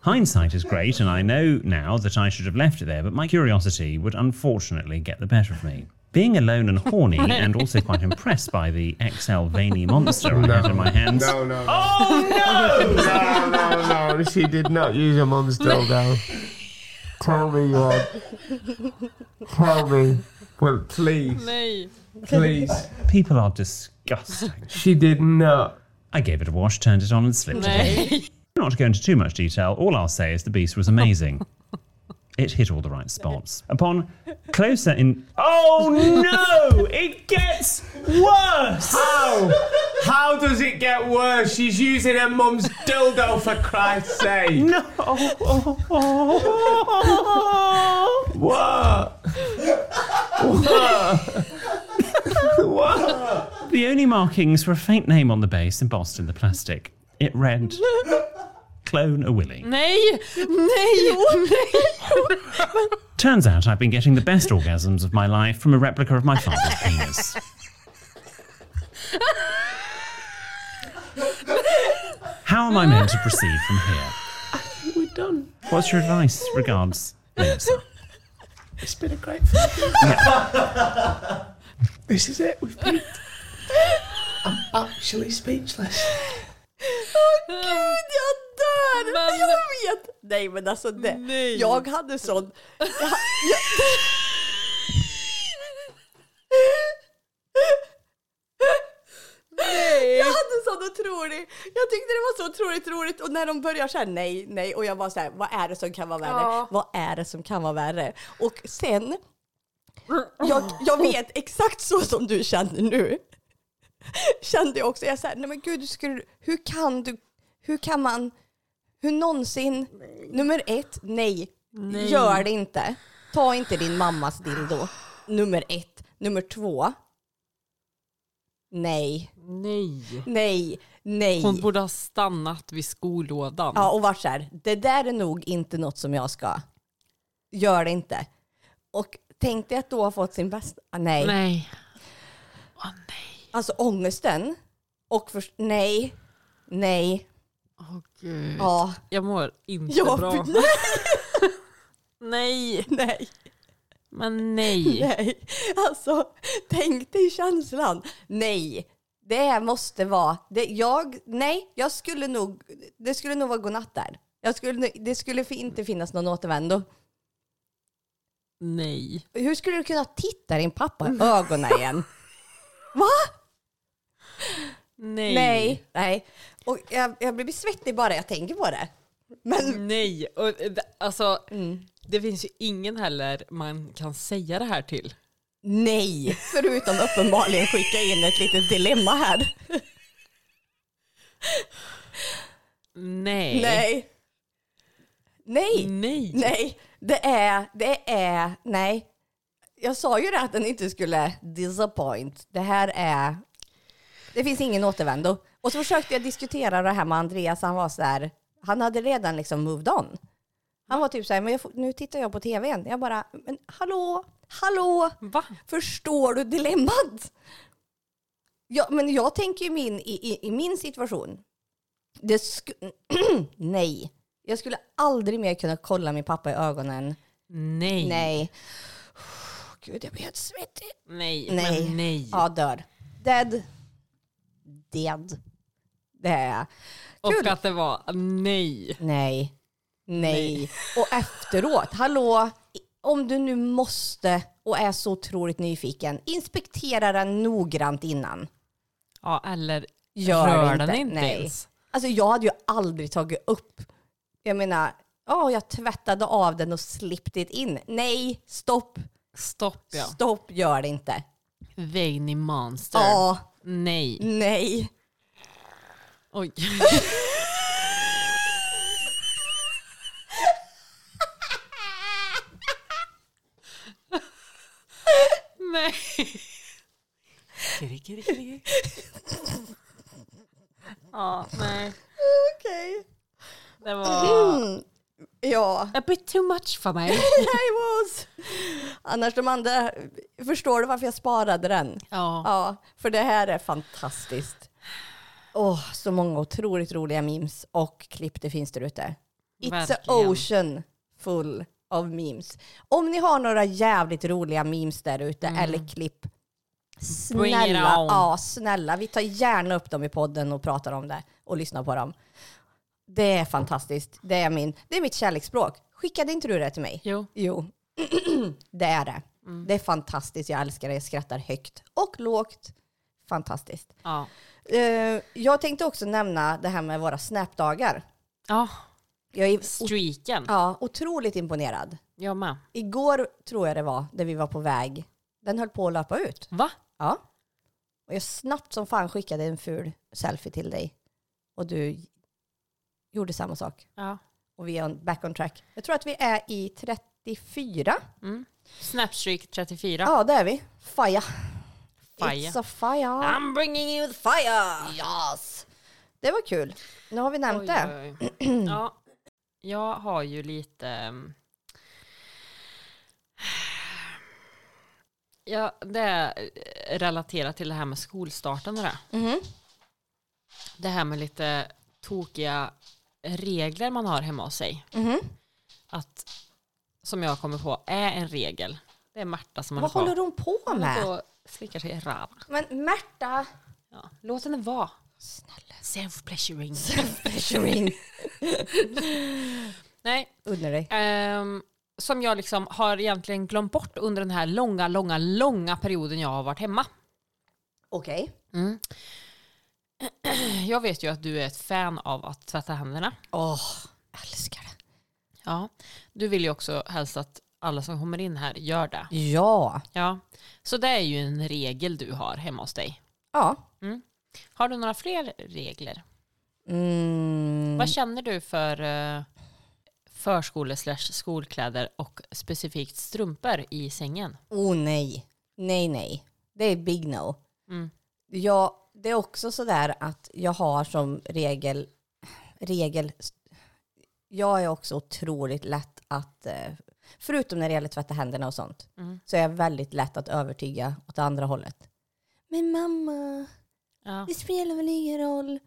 Speaker 4: Hindsight is great, and I know now that I should have left it there, but my curiosity would unfortunately get the better of me. Being alone and
Speaker 5: [laughs]
Speaker 4: horny, and also quite impressed by the XL veiny monster I had in my hands,
Speaker 5: No, no, no. [laughs] Oh no! no, no, no. She did not use a mum's dildo. Tell me you are. Tell me. Well, please. [laughs]
Speaker 2: Nej.
Speaker 5: Please.
Speaker 4: people are disgusting.
Speaker 5: She did not.
Speaker 4: I gave it a wash, turned it on, and slipped it in.
Speaker 2: Nej.
Speaker 4: Not to go into too much detail, all I'll say is the beast was [laughs] amazing. it hit all the right spots. Upon closer in. Oh no! It gets worse!
Speaker 5: How? Oh, How does it get worse? She's using her mum's dildo for Christ's sake.
Speaker 4: No!
Speaker 5: What? What?
Speaker 4: The only markings were a faint name on the base embossed in the plastic. It read Clone a Willy.
Speaker 2: Nej. Nej. Nej.
Speaker 4: Turns out I've been getting the best orgasms of my life from a replica of my father's penis. How am I meant to proceed from here?
Speaker 5: We're done.
Speaker 4: What's your advice? Regards, Lisa.
Speaker 5: It's been a great film. this is it. We've peaked. I'm actually speechless.
Speaker 1: Åh gud, jag dör!
Speaker 2: Men-
Speaker 1: Jag vet! Nej men alltså det,
Speaker 2: Nej.
Speaker 1: jag hade sån... Jag, jag, jag hade sån otrolig... Jag tyckte det var så otroligt roligt och när de börjar så här nej, nej och jag var så här, vad är det som kan vara värre?
Speaker 2: Ja.
Speaker 1: Vad är det som kan vara värre? Och sen, jag, jag vet exakt så som du känner nu kände jag också, jag sa, nej men gud, du skulle, hur kan du, hur kan man, hur någonsin, nummer ett, nej, gör det inte. Ta inte din mammas dildo, nummer ett. Nummer två, nej,
Speaker 2: Nej.
Speaker 1: nej, nej.
Speaker 2: Hon borde ha stannat vid skolådan.
Speaker 1: Ja, och varit så här, det där är nog inte något som jag ska, gör det inte. Och tänk dig att Ah, då ha fått sin bästa, nej.
Speaker 2: Nej.
Speaker 1: Alltså ångesten Och för, nej, nej,
Speaker 2: Åh gud.
Speaker 1: ja.
Speaker 2: Jag mår inte
Speaker 1: Ja,
Speaker 2: bra.
Speaker 1: nej,
Speaker 2: Nej,
Speaker 1: [laughs] nej,
Speaker 2: men nej.
Speaker 1: [laughs] nej. Alltså, tänk dig känslan. Nej, det måste vara, det, jag, nej, jag skulle nog, det skulle nog vara godnatt där. Jag skulle, det skulle fi- inte finnas någon återvändo.
Speaker 2: Nej.
Speaker 1: Hur skulle du kunna titta din pappa i ögonen
Speaker 2: [laughs]
Speaker 1: igen? Va?
Speaker 2: Nej.
Speaker 1: Nej. Nej. Och jag, jag blir svettig bara jag tänker på det. Men
Speaker 2: Nej. Och, eh, d- alltså,
Speaker 1: Mm.
Speaker 2: det finns ju ingen heller man kan säga det här till. Mm.
Speaker 1: nej, förutom uppenbarligen skicka in ett litet dilemma här.
Speaker 2: Nej. Mm.
Speaker 1: Nej. Nej.
Speaker 2: Nej.
Speaker 1: Nej. Det är, det är, nej. Jag sa ju det att den inte skulle disappoint. Det här är, det finns ingen återvändo. Och så försökte jag diskutera det här med Andreas. Han var så här, han hade redan liksom moved on. Han var typ så här, men jag, får- nu tittar jag på tvn. Jag bara, men hallå, hallå.
Speaker 2: Va?
Speaker 1: Förstår du dilemmat? Ja, men jag tänker ju min, i, i, i min situation. Det sku- [clears throat] Nej. Jag skulle aldrig mer kunna kolla min pappa i ögonen.
Speaker 2: Nej.
Speaker 1: Nej. [sighs] Gud, jag blir helt svettig.
Speaker 2: Nej.
Speaker 1: Nej.
Speaker 2: Men nej.
Speaker 1: Ja, dör. Dead. Dead. Det är jag.
Speaker 2: Och
Speaker 1: kul.
Speaker 2: att det var nej.
Speaker 1: Nej. Nej. Och efteråt, hallå, om du nu måste och är så otroligt nyfiken, inspektera den noggrant innan.
Speaker 2: Ja, eller
Speaker 1: Gör
Speaker 2: rör
Speaker 1: inte.
Speaker 2: den inte
Speaker 1: Nej.
Speaker 2: ens.
Speaker 1: Alltså jag hade ju aldrig tagit upp. Jag menar, ja jag tvättade av den och slippte det in. Nej, stopp,
Speaker 2: Stopp ja.
Speaker 1: stopp, gör det inte.
Speaker 2: Veiny monster.
Speaker 1: Ja,
Speaker 2: Nej.
Speaker 1: nej.
Speaker 2: Oj. [laughs] Nej. Kiri, kiri, kiri. Ja, nej.
Speaker 1: Okej.
Speaker 2: Det var
Speaker 1: Ja, [laughs]
Speaker 2: a bit too much för mig.
Speaker 1: I was. Annars de andra, förstår du varför jag sparade den?
Speaker 2: Ja.
Speaker 1: Ja, för det här är fantastiskt. Åh, så många otroligt roliga memes och klipp det finns där ute. It's a
Speaker 2: Verkligen.
Speaker 1: ocean full of memes. Om ni har några jävligt roliga memes där ute eller klipp,
Speaker 2: Mm. Bring it
Speaker 1: snälla,
Speaker 2: on.
Speaker 1: ja, snälla, vi tar gärna upp dem i podden och pratar om det och lyssnar på dem. Det är fantastiskt. Det är, min, det är mitt kärleksspråk. Skickade inte du det till mig?
Speaker 2: Jo.
Speaker 1: Jo, [clears throat] det är det. Det är fantastiskt. Jag älskar det. Jag skrattar högt och lågt. Fantastiskt.
Speaker 2: Ja.
Speaker 1: Eh, jag tänkte också nämna det här med våra snapdagar.
Speaker 2: Ja,
Speaker 1: Jag är o-
Speaker 2: streaken.
Speaker 1: ja, otroligt imponerad.
Speaker 2: Jag med.
Speaker 1: Igår tror jag det var, där vi var på väg. Den höll på att löpa ut.
Speaker 2: Va?
Speaker 1: Ja. Och jag snabbt som fan skickade en ful selfie till dig. Och du gjorde samma sak.
Speaker 2: Ja.
Speaker 1: Och vi är on- back on track. Jag tror att vi är i 34.
Speaker 2: Snapstreak 34.
Speaker 1: Ja, det är vi. Fire.
Speaker 2: Fire.
Speaker 1: It's a fire.
Speaker 2: I'm bringing you the
Speaker 1: Fire! Yes! Det var kul. Nu har vi nämnt det.
Speaker 2: Oj, oj,
Speaker 1: [clears throat]
Speaker 2: oj. Ja, jag har ju lite... ehm, Ja, det är eh, relaterat till det här med skolstarten och det.
Speaker 1: Mhm.
Speaker 2: Det här med lite tokiga regler man har hemma hos sig.
Speaker 1: Mm-hmm.
Speaker 2: Att, som jag kommer på, är en regel. Det är Märta som
Speaker 1: Vad
Speaker 2: på.
Speaker 1: håller hon på
Speaker 2: Hon
Speaker 1: med?
Speaker 2: håller på och slickar sig i röven.
Speaker 1: Men Märta!
Speaker 2: Ja. Låt henne vara. Self-pleasuring.
Speaker 1: Pleasuring.
Speaker 2: Nej,
Speaker 1: Undrar dig.
Speaker 2: Ehm, som jag liksom har egentligen glömt bort under den här långa, långa, långa perioden jag har varit hemma.
Speaker 1: Okej.
Speaker 2: Jag vet ju att du är ett fan av att tvätta händerna.
Speaker 1: Åh, älskar det.
Speaker 2: Ja. Du vill ju också helst att alla som kommer in här gör det.
Speaker 1: Ja.
Speaker 2: Ja. Så det är ju en regel du har hemma hos dig.
Speaker 1: Ja.
Speaker 2: Har du några fler regler?
Speaker 1: Mm.
Speaker 2: Vad känner du för eh, förskole slash skolkläder och specifikt strumpor i sängen?
Speaker 1: Oh nej. Nej, nej. Det är big no.
Speaker 2: Mm.
Speaker 1: Jag, det är också sådär att jag har som regel, regel, jag är också otroligt lätt att, eh, förutom när det gäller tvätta händerna och sånt, så är jag väldigt lätt att övertyga åt det andra hållet. Men mamma,
Speaker 2: Ja.
Speaker 1: Det spelar väl ingen roll.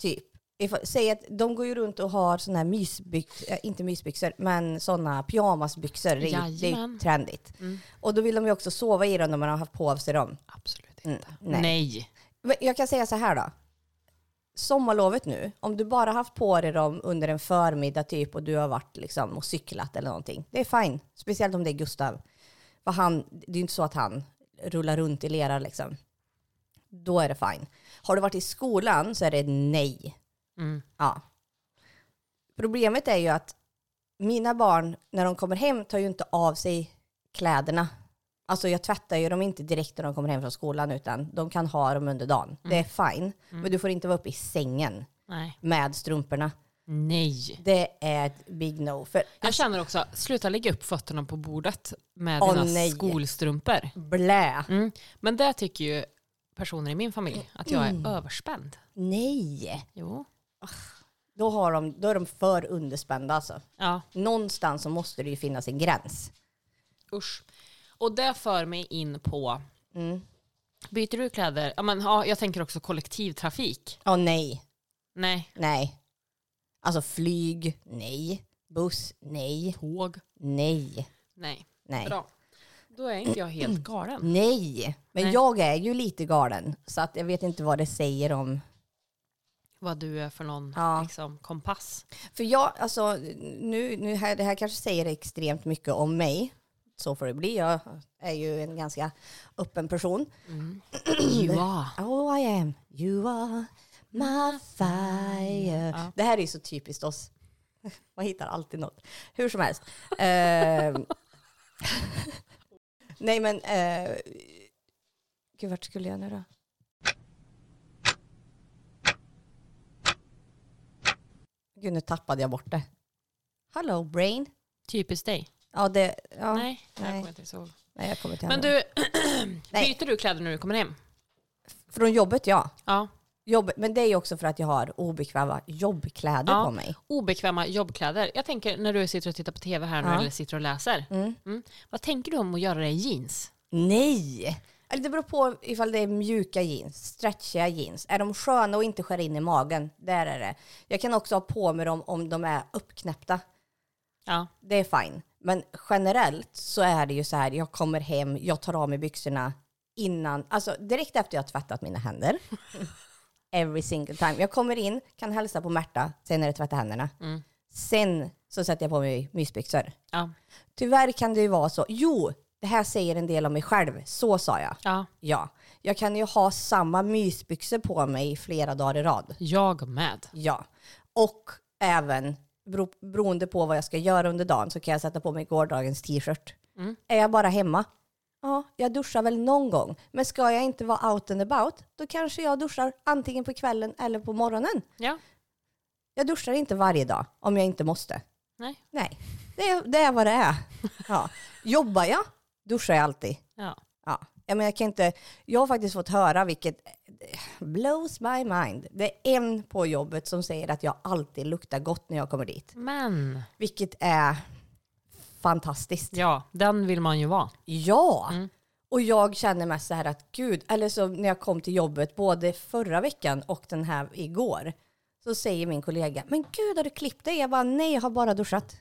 Speaker 1: Typ. If- Säg att de går ju runt och har sådana här mysbyxor, äh, inte mysbyxor, men sådana pyjamasbyxor. Det är ju- det är ju
Speaker 2: Jajamän. Mm.
Speaker 1: trendigt. Och då vill de ju också sova i dem när man har haft på sig dem.
Speaker 2: Absolut
Speaker 1: Mm,
Speaker 2: inte.
Speaker 1: nej.
Speaker 2: Nej.
Speaker 1: Men jag kan säga så här då. Sommarlovet nu, om du bara haft på dig dem under en förmiddag typ och du har varit liksom och cyklat eller någonting. Det är fine. Speciellt om det är Gustav. För han, det är ju inte så att han rullar runt i lera liksom. Då är det fine. Har du varit i skolan så är det nej.
Speaker 2: Mm.
Speaker 1: Ja. Problemet är ju att mina barn, när de kommer hem, tar ju inte av sig kläderna. Alltså jag tvättar ju dem inte direkt när de kommer hem från skolan, utan de kan ha dem under dagen. Det är fine. Men du får inte vara uppe i sängen
Speaker 2: Nej.
Speaker 1: med strumporna.
Speaker 2: Nej.
Speaker 1: Det är ett big no. För
Speaker 2: Jag känner också, sluta lägga upp fötterna på bordet med
Speaker 1: Alltså- Åh,
Speaker 2: dina
Speaker 1: nej.
Speaker 2: skolstrumpor.
Speaker 1: blä.
Speaker 2: Mm. Men det tycker ju personer i min familj, att jag är
Speaker 1: Mm.
Speaker 2: överspänd.
Speaker 1: Nej.
Speaker 2: Jo.
Speaker 1: Då, har de, då är de för underspända alltså.
Speaker 2: Ja,
Speaker 1: Någonstans så måste det ju finnas en gräns.
Speaker 2: usch. Och det för mig in på,
Speaker 1: Mm.
Speaker 2: byter du kläder? Ja, men, ja, jag tänker också kollektivtrafik.
Speaker 1: Åh nej.
Speaker 2: Nej.
Speaker 1: Nej. Alltså flyg, nej. Buss, nej.
Speaker 2: Tåg?
Speaker 1: Nej.
Speaker 2: Nej.
Speaker 1: Nej.
Speaker 2: Bra. Då är inte jag helt galen.
Speaker 1: Nej. Men
Speaker 2: Nej.
Speaker 1: jag är ju lite galen. Så att jag vet inte vad det säger om...
Speaker 2: Vad du är för någon
Speaker 1: Ja. [clears throat]
Speaker 2: liksom, kompass.
Speaker 1: För jag, alltså nu, nu här, det här kanske säger extremt mycket om mig. Så får det bli. Jag är ju en ganska öppen person.
Speaker 2: Ja.
Speaker 1: Oh I am, you are my fire.
Speaker 2: Ja.
Speaker 1: Det här är ju så typiskt oss. [laughs] Man hittar alltid något. Hur som helst. Ehm. [laughs] Nej men, eh, gud vart skulle jag nu då? Gud nu tappade jag bort det. Hello brain.
Speaker 2: Typiskt dig.
Speaker 1: Ja det, ja, nej.
Speaker 2: Nej, det här
Speaker 1: Nej.
Speaker 2: kommer jag inte ihåg.
Speaker 1: jag kommer till
Speaker 2: Men
Speaker 1: andra.
Speaker 2: du, [clears throat]
Speaker 1: Nej.
Speaker 2: byter du kläder när du kommer hem?
Speaker 1: Från jobbet ja.
Speaker 2: Ja.
Speaker 1: Jobb, men det är ju också för att jag har obekväma jobbkläder
Speaker 2: Ja.
Speaker 1: på mig.
Speaker 2: Obekväma jobbkläder. Jag tänker när du sitter och tittar på tv här nu
Speaker 1: Ja.
Speaker 2: eller sitter och läser. Mm. Vad tänker du om att göra det i jeans?
Speaker 1: Nej! Eller det beror på ifall det är mjuka jeans, stretchiga jeans. Är de sköna och inte skär in i magen, där är det. Jag kan också ha på mig dem om de är uppknäppta.
Speaker 2: Ja.
Speaker 1: Det är fine. Men generellt så är det ju så här, jag kommer hem, jag tar av mig byxorna innan, alltså direkt efter jag har tvättat mina händer. Every single time. Jag kommer in, kan hälsa på Märta, sen är det tvätta händerna. Sen så sätter jag på mig mysbyxor.
Speaker 2: Ja.
Speaker 1: Tyvärr kan det ju vara så. Jo, det här säger en del om mig själv. Så sa jag.
Speaker 2: ja.
Speaker 1: Ja. Jag kan ju ha samma mysbyxor på mig i flera dagar i rad.
Speaker 2: Jag med.
Speaker 1: Ja. Och även, bero, beroende på vad jag ska göra under dagen, så kan jag sätta på mig gårdagens t-shirt. Är jag bara hemma? Ja, jag duschar väl någon gång. Men ska jag inte vara out and about, då kanske jag duschar antingen på kvällen eller på morgonen.
Speaker 2: Ja.
Speaker 1: Jag duschar inte varje dag om jag inte måste.
Speaker 2: Nej.
Speaker 1: Nej, det är, det är vad det är. Ja. Jobbar jag, duschar jag alltid.
Speaker 2: Ja.
Speaker 1: Ja. Jag, menar, jag, kan inte, jag har faktiskt fått höra, vilket eh, blows my mind, det är en på jobbet som säger att jag alltid luktar gott när jag kommer dit.
Speaker 2: Men,
Speaker 1: Vilket är fantastiskt.
Speaker 2: ja, den vill man ju vara.
Speaker 1: Ja! Och jag känner mest så här att gud, eller så när jag kom till jobbet både förra veckan och den här igår, så säger min kollega, men gud har du klippt dig? Jag bara, nej jag har bara duschat.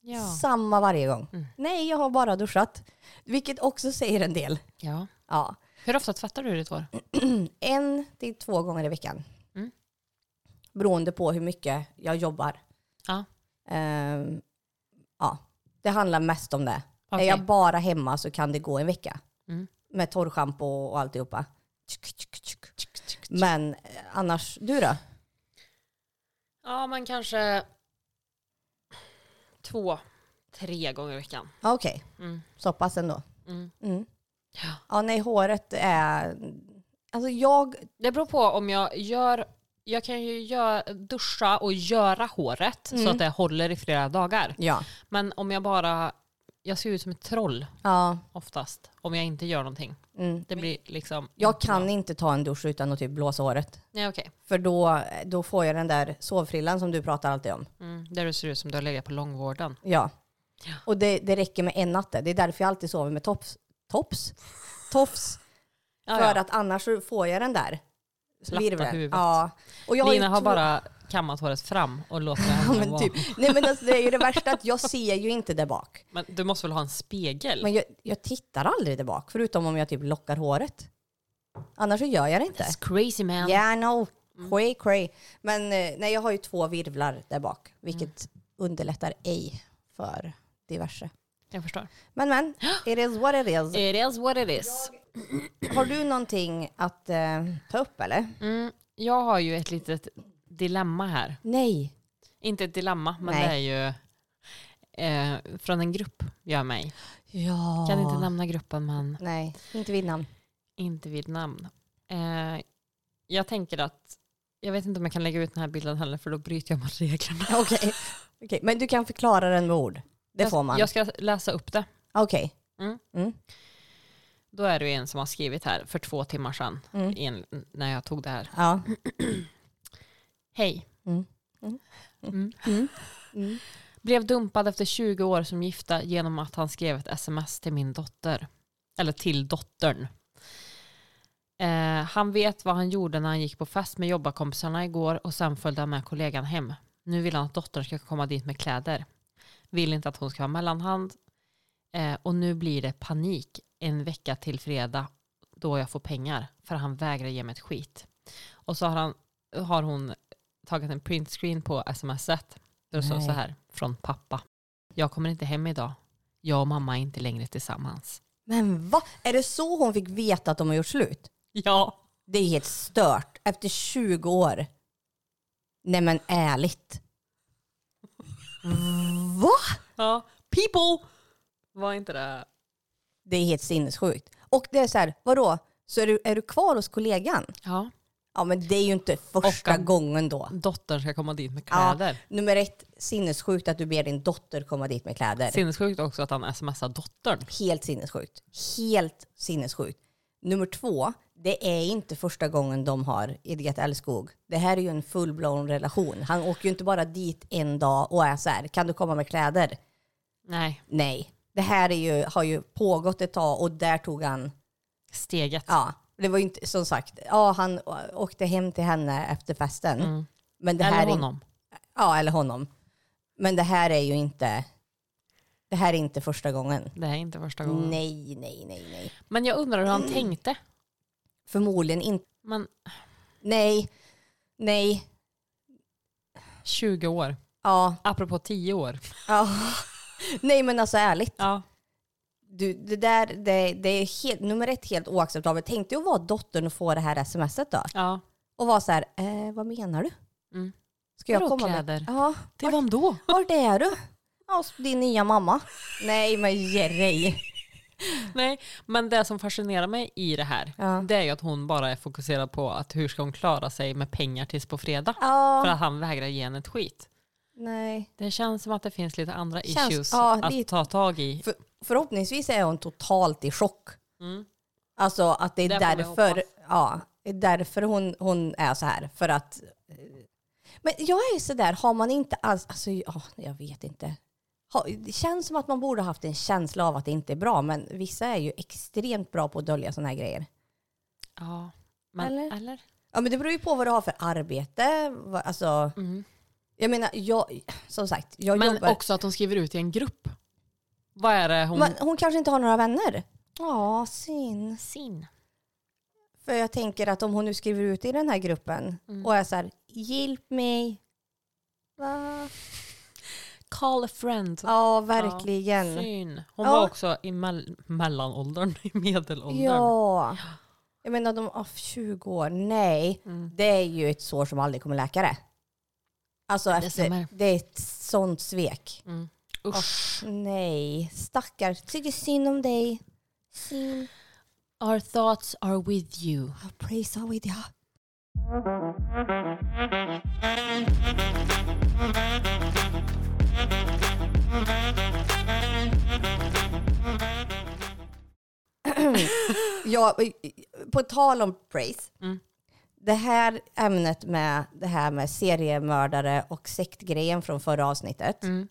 Speaker 2: Ja.
Speaker 1: Samma varje gång. Nej, jag har bara duschat. Vilket också säger en del.
Speaker 2: ja.
Speaker 1: Ja.
Speaker 2: Hur ofta tvättar du ditt hår?
Speaker 1: En till två gånger i veckan.
Speaker 2: Mm.
Speaker 1: Beroende på hur mycket jag jobbar.
Speaker 2: Ja.
Speaker 1: Ehm, ja. Det handlar mest om det.
Speaker 2: Okej.
Speaker 1: Är jag bara hemma så kan det gå en vecka.
Speaker 2: Mm.
Speaker 1: Med torrschampo och alltihopa. Tsk, tsk, tsk. Men eh, annars, du då?
Speaker 2: Ja, men kanske två, tre gånger i veckan.
Speaker 1: Ja, Okej,
Speaker 2: Mm.
Speaker 1: så pass ändå.
Speaker 2: Mm.
Speaker 1: Mm.
Speaker 2: Ja.
Speaker 1: Ja, nej, håret är... Alltså jag...
Speaker 2: Det beror på om jag gör... Jag kan ju gör, duscha och göra håret så att det håller i flera dagar.
Speaker 1: Ja.
Speaker 2: Men om jag bara... Jag ser ut som ett troll
Speaker 1: ja.
Speaker 2: oftast om jag inte gör någonting.
Speaker 1: Mm.
Speaker 2: Det blir liksom...
Speaker 1: Jag kan inte ta en dusch utan att typ blåsa håret.
Speaker 2: Nej okej.
Speaker 1: För då, då får jag den där sovfrillan som du pratar alltid om.
Speaker 2: Mm. Där du ser ut som du har legat på långvården.
Speaker 1: Ja. Och det, det räcker med en natt. Det är därför jag alltid sover med tops. Tops? Tofs.
Speaker 2: Ja,
Speaker 1: för
Speaker 2: [laughs] ja.
Speaker 1: att annars så får jag den där
Speaker 2: Platta huvudet.
Speaker 1: Ja. Och ju
Speaker 2: Lina har
Speaker 1: tro-
Speaker 2: bara kammat håret fram och
Speaker 1: [laughs]
Speaker 2: låter det
Speaker 1: Ja,
Speaker 2: hända
Speaker 1: men
Speaker 2: vara.
Speaker 1: typ. Nej men alltså, det är ju det värsta att
Speaker 2: [laughs]
Speaker 1: jag ser ju inte där bak.
Speaker 2: Men du måste väl ha en spegel?
Speaker 1: Men jag, jag tittar aldrig där bak, förutom om jag typ lockar håret. Annars så gör jag det inte.
Speaker 2: It's crazy man.
Speaker 1: Yeah, I know.
Speaker 2: Mm.
Speaker 1: Cray, cray. Men eh, nej, jag har ju två virvlar där bak, vilket
Speaker 2: Mm.
Speaker 1: underlättar ej för diverse.
Speaker 2: Jag förstår.
Speaker 1: Men
Speaker 2: [gasps]
Speaker 1: men, it is what it is.
Speaker 2: It is what it is.
Speaker 1: Har du någonting att eh, ta upp eller?
Speaker 2: Mm, jag har ju ett litet dilemma här.
Speaker 1: Nej.
Speaker 2: Inte ett dilemma, men
Speaker 1: Nej.
Speaker 2: det är ju eh, från en grupp gör mig.
Speaker 1: Ja.
Speaker 2: Kan inte nämna gruppen, men
Speaker 1: Nej, inte vid namn. [laughs]
Speaker 2: inte vid namn. Eh, jag tänker att, jag vet inte om jag kan lägga ut den här bilden heller, för då bryter jag mot reglerna.
Speaker 1: Okej. Okej, Men du kan förklara den med ord. Det
Speaker 2: jag,
Speaker 1: får man.
Speaker 2: Jag ska läsa upp det.
Speaker 1: Okej.
Speaker 2: Då är det ju en som har skrivit här för två timmar sedan, en, när jag tog det här.
Speaker 1: Mm. Ja.
Speaker 2: Hej.
Speaker 1: Mm. Mm.
Speaker 2: Mm.
Speaker 1: Mm.
Speaker 2: Blev dumpad efter 20 år som gifta genom att han skrev ett sms till min dotter. Eller till dottern. Eh, han vet vad han gjorde när han gick på fest med jobbarkompisarna igår och sen följde han med kollegan hem. Nu vill han att dottern ska komma dit med kläder. Vill inte att hon ska ha mellanhand. Eh, och nu blir det panik en vecka till fredag då jag får pengar för han vägrar ge mig ett skit. Och så har, han, har hon tagit en printscreen på smset. Då står det
Speaker 1: Nej.
Speaker 2: så här från pappa. Jag kommer inte hem idag. Jag och mamma är inte längre tillsammans.
Speaker 1: Men vad? Är det så hon fick veta att de har gjort slut?
Speaker 2: [laughs] Ja.
Speaker 1: Det är helt stört. Efter 20 år. Nej men ärligt. Va?
Speaker 2: ja. People! Var inte det...
Speaker 1: Det är helt sinnessjukt. Och det är så här, vadå? Så är du, är du kvar hos kollegan?
Speaker 2: Ja.
Speaker 1: Ja men det är ju inte första
Speaker 2: Och-
Speaker 1: gången då.
Speaker 2: Dottern ska komma dit med kläder.
Speaker 1: Nummer ett, sinnessjukt att du ber din dotter komma dit med kläder.
Speaker 2: Sinnessjukt också att han smsar dottern.
Speaker 1: Helt sinnessjukt. Helt sinnessjukt. Nummer två, det är inte första gången de har idkat älskog. Det här är ju en full-blown relation. Han åker ju inte bara dit en dag och är så här, kan du komma med kläder?
Speaker 2: Nej,
Speaker 1: Nej. Det här är ju, har ju pågått ett tag och där tog han,
Speaker 2: steget.
Speaker 1: ja, det var ju inte, som sagt, ja han å- åkte hem till henne efter festen. Men det här
Speaker 2: Mm. Eller
Speaker 1: är-
Speaker 2: honom.
Speaker 1: Ja, eller honom. Men det här är ju inte, det här är inte första gången.
Speaker 2: Det här är inte första gången.
Speaker 1: Nej, Mm. nej, nej, nej.
Speaker 2: Men jag undrar hur han tänkte.
Speaker 1: Förmodligen inte.
Speaker 2: Men
Speaker 1: Nej, nej,
Speaker 2: 20 år.
Speaker 1: ja,
Speaker 2: Apropå 10 år.
Speaker 1: ja. [laughs] Nej men alltså ärligt,
Speaker 2: Ja.
Speaker 1: du, det där det, det är helt, nummer ett helt oacceptabelt. Tänk dig att vara dottern och få det här smset då.
Speaker 2: ja.
Speaker 1: Och vara så här, eh, vad menar du?
Speaker 2: Mm.
Speaker 1: Ska jag
Speaker 2: Vadå
Speaker 1: komma med?
Speaker 2: kläder?
Speaker 1: Ja,
Speaker 2: Till vem då?
Speaker 1: vart är du? Ja, hos din nya mamma. Nej men ge dig.
Speaker 2: Nej, men det som fascinerar mig i det här,
Speaker 1: Ja.
Speaker 2: det är ju att hon bara är fokuserad på att hur ska hon klara sig med pengar tills på fredag? För
Speaker 1: Ja,
Speaker 2: att han vägrar ge henne ett skit.
Speaker 1: nej.
Speaker 2: Det känns som att det finns lite andra
Speaker 1: Känns-
Speaker 2: issues
Speaker 1: ja,
Speaker 2: att
Speaker 1: lite.
Speaker 2: ta tag i.
Speaker 1: För, förhoppningsvis är hon totalt i chock.
Speaker 2: Mm.
Speaker 1: Alltså att det är
Speaker 2: Det får vi
Speaker 1: därför,
Speaker 2: hoppas.
Speaker 1: ja, det är därför hon, hon är så här. För att... eh, Men jag är så där, har man inte alls... Alltså, ja, jag vet inte. Ha, det känns som att man borde ha haft en känsla av att det inte är bra, men vissa är ju extremt bra på att dölja sådana här grejer.
Speaker 2: Ja, men,
Speaker 1: Eller?
Speaker 2: eller?
Speaker 1: Ja, men det beror ju på vad du har för arbete. vad- Alltså,
Speaker 2: Mm.
Speaker 1: jag menar, jag, som sagt, jag
Speaker 2: Men
Speaker 1: jobbar...
Speaker 2: också att hon skriver ut i en grupp. Vad är det hon...
Speaker 1: Men hon kanske inte har några vänner. Ja, synd.
Speaker 2: Sin.
Speaker 1: För jag tänker att om hon nu skriver ut i den här gruppen
Speaker 2: Mm.
Speaker 1: och är så här, hjälp mig. Va?
Speaker 2: Call a friend.
Speaker 1: Ja, verkligen.
Speaker 2: Syn. Hon
Speaker 1: Ja.
Speaker 2: var också i mell- mellanåldern, [laughs] i medelåldern.
Speaker 1: Ja. Jag menar, de oh, 20 år, nej.
Speaker 2: Mm.
Speaker 1: Det är ju ett sår som aldrig kommer läka det. Alltså, efter,
Speaker 2: stämmer.
Speaker 1: det är ett sånt svek.
Speaker 2: Mm. Usch.
Speaker 1: Nej, stackar. Tycker synd om dig. Synd.
Speaker 2: Our thoughts are with you.
Speaker 1: Oh, praise are with you. [clears throat] ja, på tal om praise.
Speaker 2: Mm.
Speaker 1: Det här ämnet med det här med seriemördare och sektgrejen från förra avsnittet.
Speaker 2: Mm.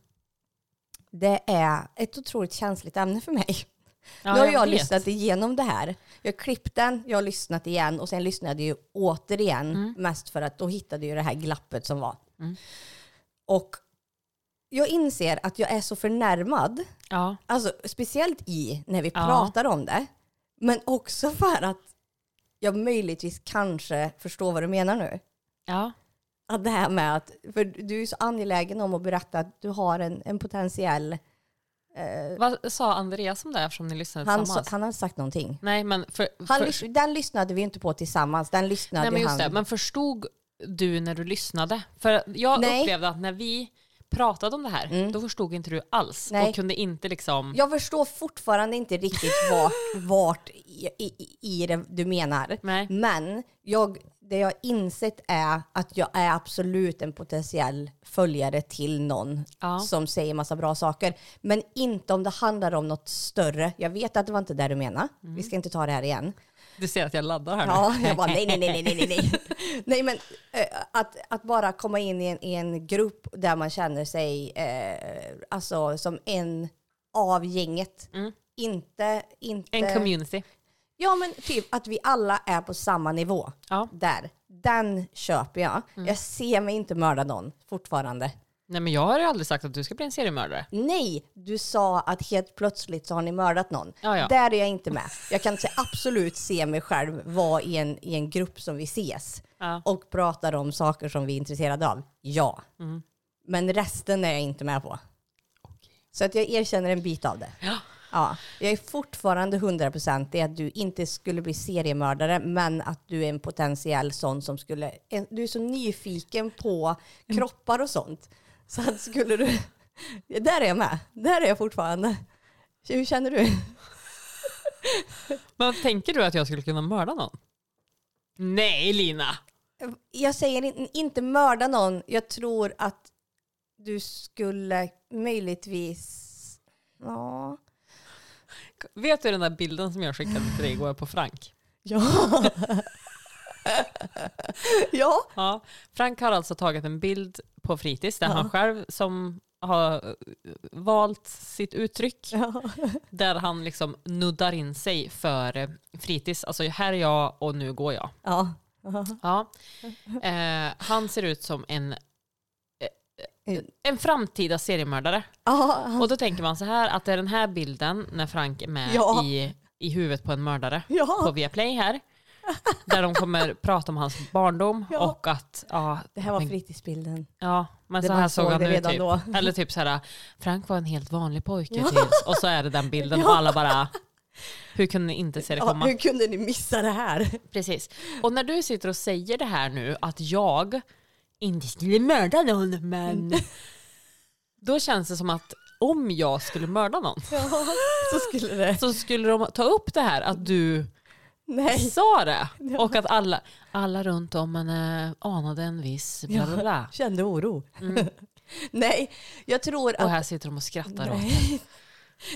Speaker 1: Det är ett otroligt känsligt ämne för mig.
Speaker 2: Ja,
Speaker 1: nu har
Speaker 2: jag
Speaker 1: jag,
Speaker 2: vet.
Speaker 1: lyssnat igenom det här. Jag har klippt den, jag har lyssnat igen och sen lyssnade jag ju återigen.
Speaker 2: Mm.
Speaker 1: Mest för att då hittade jag det här glappet som var. Och jag inser att jag är så förnärmad.
Speaker 2: Ja.
Speaker 1: Alltså speciellt i när vi
Speaker 2: Ja.
Speaker 1: pratar om det. Men också för att jag möjligtvis kanske förstår vad du menar nu.
Speaker 2: Ja.
Speaker 1: Att det här med att, för du är så angelägen om att berätta att du har en, en potentiell,
Speaker 2: Vad sa Andreas om det här eftersom ni lyssnade
Speaker 1: Eh. han, sa-
Speaker 2: tillsammans?
Speaker 1: han har sagt någonting.
Speaker 2: Nej men, för,
Speaker 1: Han,
Speaker 2: för,
Speaker 1: lys- den lyssnade vi inte på tillsammans, den lyssnade
Speaker 2: nej, men just
Speaker 1: han.
Speaker 2: det. Men förstod du när du lyssnade? För jag
Speaker 1: Nej. Mm.
Speaker 2: upplevde att när vi pratade om det här, då förstod inte du alls.
Speaker 1: Nej.
Speaker 2: Och kunde inte liksom...
Speaker 1: Jag förstår fortfarande inte riktigt vart, vart i, i, i det du menar.
Speaker 2: Nej.
Speaker 1: Men jag, det jag har insett är att jag är absolut en potentiell följare till någon
Speaker 2: Ja.
Speaker 1: som säger massa bra saker. Men inte om det handlar om något större. Jag vet att det var inte det du menade.
Speaker 2: Mm.
Speaker 1: Vi ska inte ta det här igen.
Speaker 2: Du ser att jag laddar här
Speaker 1: Ja,
Speaker 2: nu.
Speaker 1: jag bara nej, nej, nej, nej, nej, nej. [laughs] nej men eh, att, att bara komma in i en, i en grupp där man känner sig eh, alltså, som en av gänget. Inte, inte...
Speaker 2: En community.
Speaker 1: Ja, men typ att vi alla är på samma nivå.
Speaker 2: Ja.
Speaker 1: Där. Den köper jag. Jag ser mig inte mörda någon fortfarande.
Speaker 2: Nej men jag har ju aldrig sagt att du ska bli en seriemördare.
Speaker 1: Nej, du sa att helt plötsligt så har ni mördat någon.
Speaker 2: Ja, ja.
Speaker 1: Där är jag inte med. Jag kan se, absolut se mig själv vara i en, i en grupp som vi ses
Speaker 2: Ja.
Speaker 1: och pratar om saker som vi är intresserade av. Ja.
Speaker 2: Mm.
Speaker 1: Men resten är jag inte med på. Så att jag erkänner en bit av det. Ja. Jag är fortfarande 100% i att du inte skulle bli seriemördare men att du är en potentiell sån som skulle... En, du är så nyfiken på kroppar och sånt. Så att skulle du... Där är jag med. Där är jag fortfarande. Hur känner du?
Speaker 2: Men tänker du att jag skulle kunna mörda någon? Nej Lina!
Speaker 1: Jag säger in, inte mörda någon. Jag tror att du skulle möjligtvis... Ja.
Speaker 2: Vet du den där bilden som jag skickade till dig igår på Frank?
Speaker 1: Ja. [laughs] ja.
Speaker 2: Ja, Frank har alltså tagit en bild på fritids där han själv som har eh, valt sitt uttryck. Där han liksom nuddar in sig för eh, fritids. Alltså här är jag och nu går jag.
Speaker 1: Ja.
Speaker 2: Ja. Eh, han ser ut som en, eh, en framtida seriemördare.
Speaker 1: Ja.
Speaker 2: Och då tänker man så här att det är den här bilden när Frank är med
Speaker 1: Ja.
Speaker 2: i, i huvudet på en mördare på
Speaker 1: ja.
Speaker 2: Viaplay här. Där de kommer prata om hans barndom
Speaker 1: Ja.
Speaker 2: och att ja,
Speaker 1: Det här var
Speaker 2: men-
Speaker 1: fritidsbilden.
Speaker 2: Ja, men
Speaker 1: Det
Speaker 2: så
Speaker 1: man
Speaker 2: här såg
Speaker 1: såg
Speaker 2: han
Speaker 1: det
Speaker 2: ut
Speaker 1: redan
Speaker 2: typ.
Speaker 1: då.
Speaker 2: [laughs] Eller typ så här, Frank var en helt vanlig pojke tills, och så är det
Speaker 1: [laughs]
Speaker 2: den bilden och alla bara, hur kunde ni inte se det
Speaker 1: Ja,
Speaker 2: komma?
Speaker 1: hur kunde ni missa det
Speaker 2: [laughs]
Speaker 1: här?
Speaker 2: Precis. Och när du sitter och säger det här nu, att jag inte skulle mörda någon, men
Speaker 1: Mm.
Speaker 2: [laughs] då känns det som att om jag skulle mörda någon
Speaker 1: Ja, [laughs] så skulle det.
Speaker 2: så skulle de ta upp det här att du
Speaker 1: Nej.
Speaker 2: sa det och att alla, alla runt om en eh, anade en viss bla bla bla.
Speaker 1: Kände oro. [laughs] Nej, jag tror
Speaker 2: Mm. Och
Speaker 1: att
Speaker 2: här sitter de och skrattar åt
Speaker 1: Nej.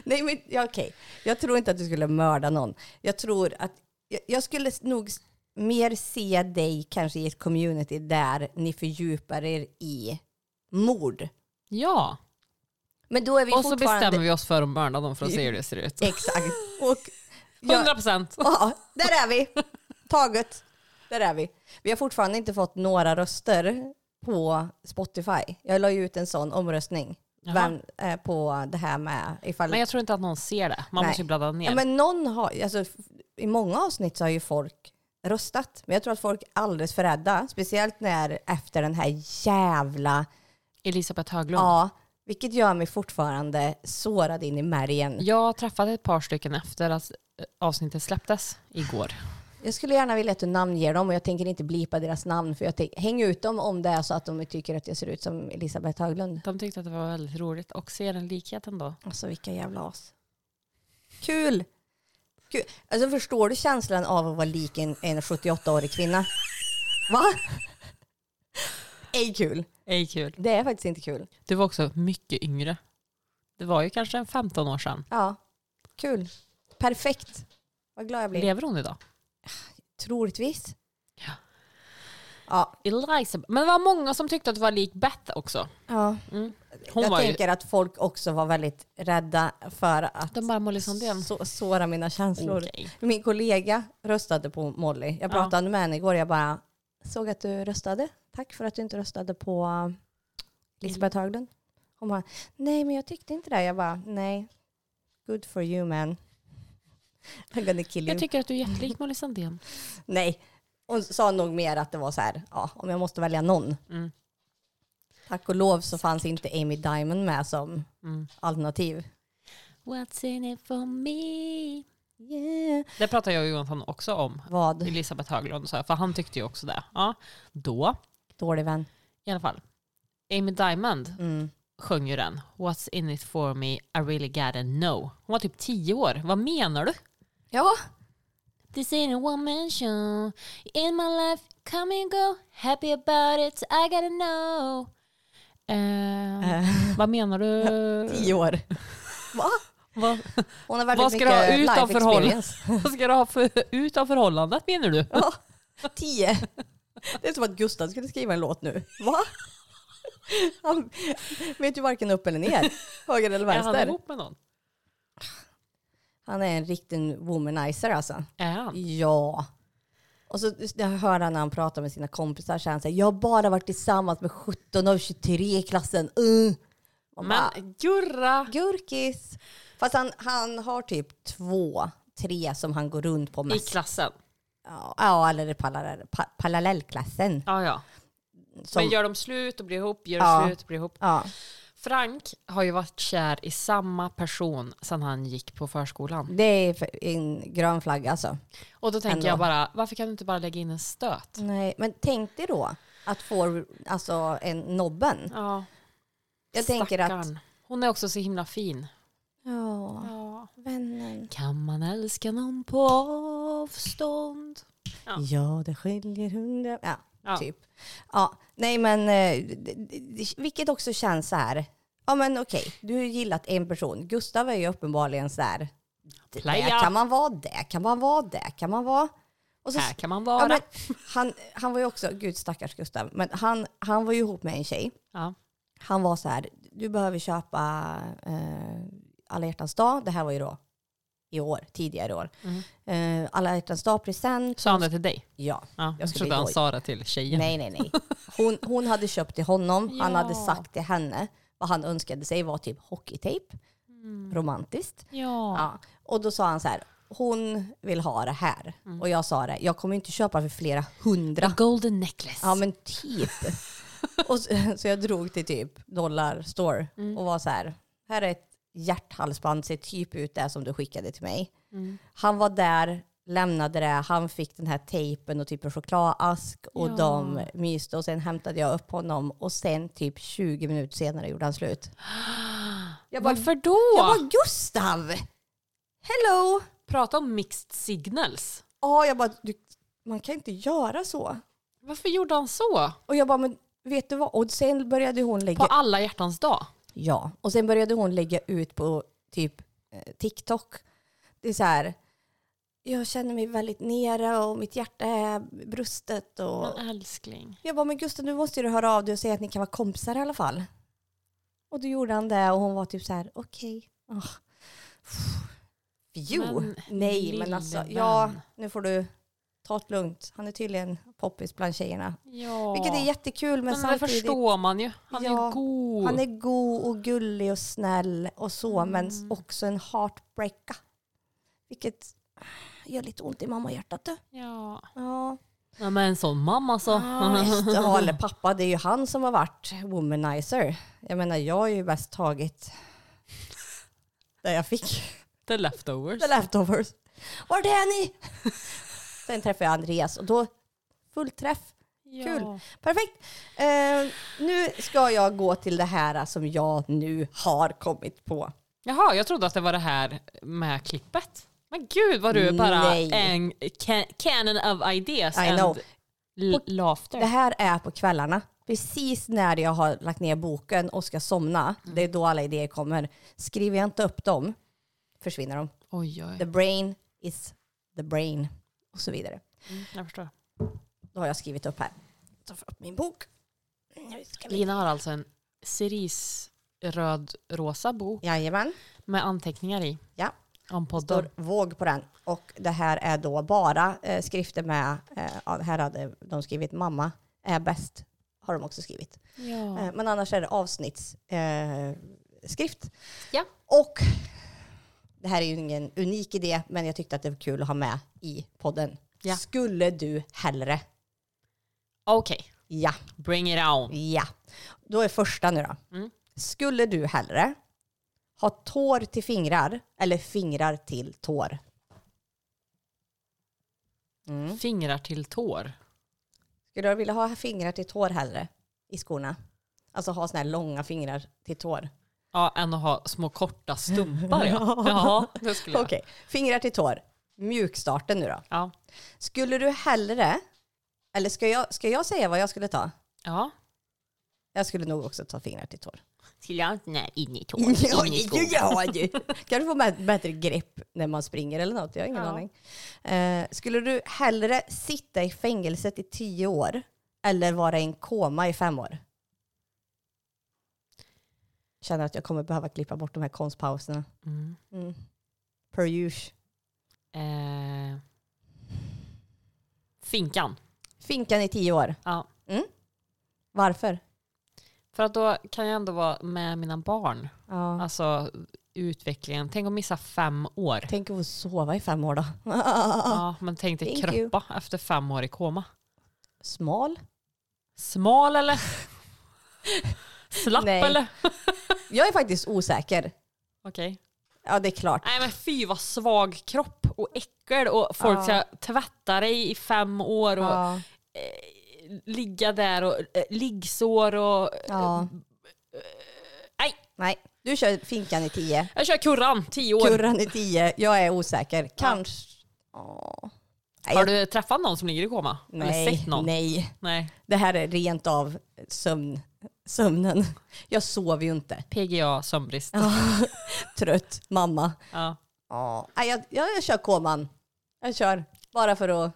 Speaker 1: Nej men ja, okej, jag tror inte att du skulle mörda någon. Jag tror att jag, jag skulle nog s- mer se dig kanske i ett community där ni fördjupar er i mord.
Speaker 2: Ja.
Speaker 1: Men då är vi
Speaker 2: Och så
Speaker 1: fortfarande...
Speaker 2: bestämmer vi oss för att mörda dem för att se hur det ser ut. [laughs]
Speaker 1: Exakt. Och, jag-
Speaker 2: 100 procent.
Speaker 1: [laughs] Ja, där är vi. Taget. Där är vi. Vi har fortfarande inte fått några röster på Spotify. Jag la ju ut en sån omröstning vem, eh, på det här med ifall...
Speaker 2: Men jag tror inte att någon ser det. Man
Speaker 1: Nej.
Speaker 2: måste ju bladda ner.
Speaker 1: Ja, men någon har, alltså, f- I många avsnitt så har ju folk röstat. Men jag tror att folk är alldeles för rädda. Speciellt när efter den här jävla...
Speaker 2: Elisabeth Höglund.
Speaker 1: Ja, vilket gör mig fortfarande sårad in i märgen.
Speaker 2: Jag träffade ett par stycken efter att eh, avsnittet släpptes igår.
Speaker 1: Jag skulle gärna vilja att du namnger dem och jag tänker inte blipa deras namn för jag tänker, häng ut dem om det är så att de tycker att jag ser ut som Elisabeth Höglund.
Speaker 2: De tyckte att det var väldigt roligt och ser en likhet ändå.
Speaker 1: Alltså vilka jävla as. Kul! Kul. Alltså förstår du känslan av att vara lik en, en 78-årig kvinna? Va? Ej kul.
Speaker 2: Ej kul.
Speaker 1: Det är faktiskt inte kul.
Speaker 2: Du var också mycket yngre. Det var ju kanske en 15 år sedan.
Speaker 1: Ja, kul. Perfekt. Vad glad jag blir.
Speaker 2: Lever hon idag?
Speaker 1: Troligtvis.
Speaker 2: Ja.
Speaker 1: Ja.
Speaker 2: Eliza. Men det var många som tyckte att det var lik Beth också. Mm.
Speaker 1: ja.
Speaker 2: Hon
Speaker 1: jag
Speaker 2: var ju,
Speaker 1: tänker att folk också var väldigt rädda för att
Speaker 2: de bara Molly Sandén.
Speaker 1: så, såra mina känslor.
Speaker 2: Okej.
Speaker 1: Min kollega röstade på Molly. Jag pratade med henne igår. Jag bara såg att du röstade. Tack för att du inte röstade på eh, Elisabeth Haglund. Hon bara, nej men jag tyckte inte det. Jag bara, nej. Good for you man. [laughs] I'm gonna kill you.
Speaker 2: Jag tycker att du är jättelik Molly Sandén.
Speaker 1: nej. Hon sa nog mer att det var så här, ja, om jag måste välja någon.
Speaker 2: Mm.
Speaker 1: Tack och lov så fanns inte Amy Diamond med som
Speaker 2: Mm.
Speaker 1: alternativ.
Speaker 2: What's in it for me?
Speaker 1: Yeah.
Speaker 2: Det pratade jag och Jonathan också om.
Speaker 1: Vad?
Speaker 2: Elisabeth Höglund sa för han tyckte ju också det. Ja. Då,
Speaker 1: Dålig vän.
Speaker 2: i alla fall. Amy Diamond
Speaker 1: Mm.
Speaker 2: sjöng ju den. What's in it for me, I really gotta know. Hon var typ tio år. Vad menar du?
Speaker 1: Ja.
Speaker 2: This ain't a woman show. In my life, come and go. Happy about it, I gotta know. Eh, vad menar du?
Speaker 1: [laughs] tio år. Va?
Speaker 2: Vad,
Speaker 1: Hon har väldigt
Speaker 2: vad ska
Speaker 1: mycket
Speaker 2: du ha ut av
Speaker 1: life
Speaker 2: förhållandet?
Speaker 1: experience.
Speaker 2: Vad ska du ha för, ut av förhållandet menar du? [laughs]
Speaker 1: Ja, tio. Det är som att Gustav skulle skriva en låt nu. Va? Han vet ju varken upp eller ner. Höger eller
Speaker 2: Är han
Speaker 1: vänster.
Speaker 2: ihop med någon?
Speaker 1: Han är en riktig womanizer alltså.
Speaker 2: Är han?
Speaker 1: Ja. Och så jag hör han när han pratar med sina kompisar så han säger jag har bara varit tillsammans med 17 av 23 i klassen. Uh. Man bara,
Speaker 2: Men Gurra!
Speaker 1: Gurkis. Fast han, han har typ två, tre som han går runt på
Speaker 2: I
Speaker 1: mest.
Speaker 2: klassen?
Speaker 1: Ja, Ja, eller i parallell, pa- parallellklassen.
Speaker 2: Ja, ja.
Speaker 1: Som,
Speaker 2: Men gör de slut och blir ihop, gör
Speaker 1: Ja.
Speaker 2: de slut och blir ihop.
Speaker 1: ja.
Speaker 2: Frank har ju varit kär i samma person sedan han gick på förskolan.
Speaker 1: Det är för- en grön flagga alltså.
Speaker 2: Och då tänker
Speaker 1: Ändå. Mm.
Speaker 2: jag bara, varför kan du inte bara lägga in en stöt?
Speaker 1: Nej, men tänk dig då att få alltså, en nobben.
Speaker 2: Ja,
Speaker 1: Jag tänker att...
Speaker 2: stackarn. Hon är också så himla fin.
Speaker 1: Ja, vännen.
Speaker 2: Kan man älska någon på avstånd? Ja.
Speaker 1: Ja, det skiljer hundra... Ja,
Speaker 2: Ja.
Speaker 1: typ. Ja, nej men eh, d- d- d- vilket också känns så här. Ja men okej, du har ju gillat en person. Gustav är ju uppenbarligen så här. d- Där
Speaker 2: Playa.
Speaker 1: kan man vara, där kan man vara, där kan man vara. Och så
Speaker 2: Här kan man
Speaker 1: Ja,
Speaker 2: vara.
Speaker 1: men,
Speaker 2: [laughs]
Speaker 1: han, han var ju också, gud stackars Gustav, men han, han var ju ihop med en tjej.
Speaker 2: Ja.
Speaker 1: Han var så här, du behöver köpa eh, alla hjärtans dag, det här var ju då i år, tidigare i år.
Speaker 2: Mm.
Speaker 1: Eh, alla hjärtans dag present,
Speaker 2: Sa han det till dig?
Speaker 1: ja.
Speaker 2: Ja, jag
Speaker 1: Jag skulle
Speaker 2: trodde han
Speaker 1: bli
Speaker 2: sa det till tjejen.
Speaker 1: Nej, nej, nej. Hon, hon hade köpt till honom, han
Speaker 2: Ja.
Speaker 1: hade sagt till henne vad han önskade sig var typ hockeytejp, romantiskt.
Speaker 2: Mm. Ja.
Speaker 1: Ja. Och då sa han så här, hon vill ha det här.
Speaker 2: Mm.
Speaker 1: Och jag sa det, jag kommer inte köpa för flera hundra.
Speaker 2: A golden necklace.
Speaker 1: Ja men typ. och så, så jag drog till typ dollar store och var så här, här är ett hjärthalsband, ser typ ut det som du skickade till mig. Han var där, lämnade det, han fick den här tejpen och typ en chokladask och
Speaker 2: Ja.
Speaker 1: de myste och sen hämtade jag upp honom och sen typ 20 minuter senare gjorde han slut. Jag bara,
Speaker 2: Varför då?
Speaker 1: jag bara Gustav! Hello!
Speaker 2: Prata om mixed signals.
Speaker 1: Ja, jag bara, du, man kan inte göra så.
Speaker 2: Varför gjorde han så?
Speaker 1: Och jag bara, men vet du vad? Och sen började hon lägga
Speaker 2: På alla hjärtans dag?
Speaker 1: Ja, och sen började hon lägga ut på typ eh, TikTok. Det är så här, jag känner mig väldigt nere och mitt hjärta är brustet. Och...
Speaker 2: Men älskling.
Speaker 1: Jag bara, men Gustav nu måste du höra av dig och säga att ni kan vara kompisar i alla fall. Och då gjorde han det och hon var typ så här, okej. Ah. Jo,
Speaker 2: Men,
Speaker 1: nej men
Speaker 2: lille
Speaker 1: alltså,
Speaker 2: vän.
Speaker 1: ja nu får du ta det lugnt. Han är tydligen poppis bland tjejerna.
Speaker 2: Ja.
Speaker 1: Vilket är jättekul men,
Speaker 2: men det
Speaker 1: samtidigt.
Speaker 2: förstår man ju. Han är
Speaker 1: Ja,
Speaker 2: ju god.
Speaker 1: Han är god och gullig och snäll och så, men också en heartbreaker. Vilket ah, gör lite ont i mammahjärtat. du.
Speaker 2: Ja.
Speaker 1: Ja. Ah,
Speaker 2: ja. Men en sån mamma så.
Speaker 1: Ja, eller pappa, det är ju han som har varit womanizer. Jag menar, jag har ju bäst tagit det jag fick.
Speaker 2: [laughs] The leftovers.
Speaker 1: The leftovers. Var är ni? [laughs] Sen träffade jag Andreas och då full träff.
Speaker 2: Ja.
Speaker 1: Kul. Perfekt. Eh, nu ska jag gå till det här som jag nu har kommit på.
Speaker 2: Jaha, jag trodde att det var det här med klippet. Men gud vad du är bara
Speaker 1: Nej.
Speaker 2: en ca- canon of ideas
Speaker 1: I
Speaker 2: and
Speaker 1: know.
Speaker 2: l-
Speaker 1: Det
Speaker 2: laughter.
Speaker 1: här är på kvällarna. Precis när jag har lagt ner boken och ska somna, det är då alla idéer kommer. Skriver jag inte upp dem, försvinner de.
Speaker 2: Oj, oj.
Speaker 1: The brain is the brain. Och så vidare. Mm,
Speaker 2: Jag förstår.
Speaker 1: Då har jag skrivit upp här. ta fram min bok. Nu ska vi...
Speaker 2: Lina har alltså en cerisröd rosa bok
Speaker 1: Jajamän,
Speaker 2: med anteckningar i
Speaker 1: ja.
Speaker 2: om podden.
Speaker 1: Står våg på den. Och det här är då bara eh, skrifter med, eh, ja, här hade de skrivit mamma är bäst, har de också skrivit.
Speaker 2: Ja.
Speaker 1: Eh, Men annars är det avsnittsskrift. Eh, skrift.
Speaker 2: Ja.
Speaker 1: Och det här är ju ingen unik idé, men jag tyckte att det var kul att ha med i podden.
Speaker 2: Ja.
Speaker 1: Skulle du hellre?
Speaker 2: Okej,
Speaker 1: Ja,
Speaker 2: bring it on.
Speaker 1: ja. Då är första nu då.
Speaker 2: Mm.
Speaker 1: Skulle du hellre ha tår till fingrar eller fingrar till tår? Mm.
Speaker 2: Fingrar till tår.
Speaker 1: Skulle du vilja ha fingrar till tår hellre i skorna? Alltså ha såna här långa fingrar till tår.
Speaker 2: Ja, än att ha små korta
Speaker 1: [laughs]
Speaker 2: stumpar. Ja, ja det skulle
Speaker 1: Okej,
Speaker 2: jag.
Speaker 1: fingrar till tår. Mjukstarten nu då.
Speaker 2: Ja.
Speaker 1: Skulle du hellre, eller ska jag, ska jag säga vad jag skulle ta?
Speaker 2: ja.
Speaker 1: Jag skulle nog också ta fingrar till tår.
Speaker 2: Skulle jag inte? Nej, in i
Speaker 1: [laughs]
Speaker 2: tår.
Speaker 1: Ja, ja, ja. [laughs] Kanske få bä- bättre grepp när man springer eller något, jag har ingen
Speaker 2: Ja.
Speaker 1: aning. Eh, skulle du hellre sitta i fängelset i tio år eller vara i en koma i fem år? Känner att jag kommer behöva klippa bort de här konstpauserna.
Speaker 2: Mm.
Speaker 1: Mm. Per use.
Speaker 2: Eh, finkan.
Speaker 1: Finkan i tio år. Mm.
Speaker 2: Ja.
Speaker 1: Varför?
Speaker 2: För att då kan jag ändå vara med mina barn.
Speaker 1: Ja.
Speaker 2: Alltså utvecklingen. Tänk att missa fem år.
Speaker 1: Tänk att få sova i fem år då. [laughs]
Speaker 2: Ja, men tänk dig
Speaker 1: Thank you.
Speaker 2: kröppa efter fem år i koma.
Speaker 1: Smal? [laughs]
Speaker 2: Smal eller? Slapp
Speaker 1: Nej.
Speaker 2: eller?
Speaker 1: Jag är faktiskt osäker.
Speaker 2: Okej.
Speaker 1: Ja, det är klart.
Speaker 2: Nej men fy vad svag kropp och äckel och folk
Speaker 1: Ja.
Speaker 2: ska tvätta dig i fem år och
Speaker 1: Ja.
Speaker 2: eh, ligga där och eh, liggsår och...
Speaker 1: ja.
Speaker 2: Nej,
Speaker 1: Eh, Nej, du kör finkan i tio.
Speaker 2: jag kör kurran, tio år.
Speaker 1: Kurran i tio. Jag är osäker. Kanske. Ja. Nej,
Speaker 2: Har
Speaker 1: jag-
Speaker 2: du träffat någon som ligger i koma? Eller
Speaker 1: Nej,
Speaker 2: sett någon?
Speaker 1: nej.
Speaker 2: Nej.
Speaker 1: Det här är rent av sömn. sömnen. Jag sover ju inte.
Speaker 2: PGA, sömnbrist. Ja.
Speaker 1: [laughs] Trött mamma.
Speaker 2: Ja.
Speaker 1: Ja. Nej, jag, jag, jag kör koman. Jag kör. Bara för att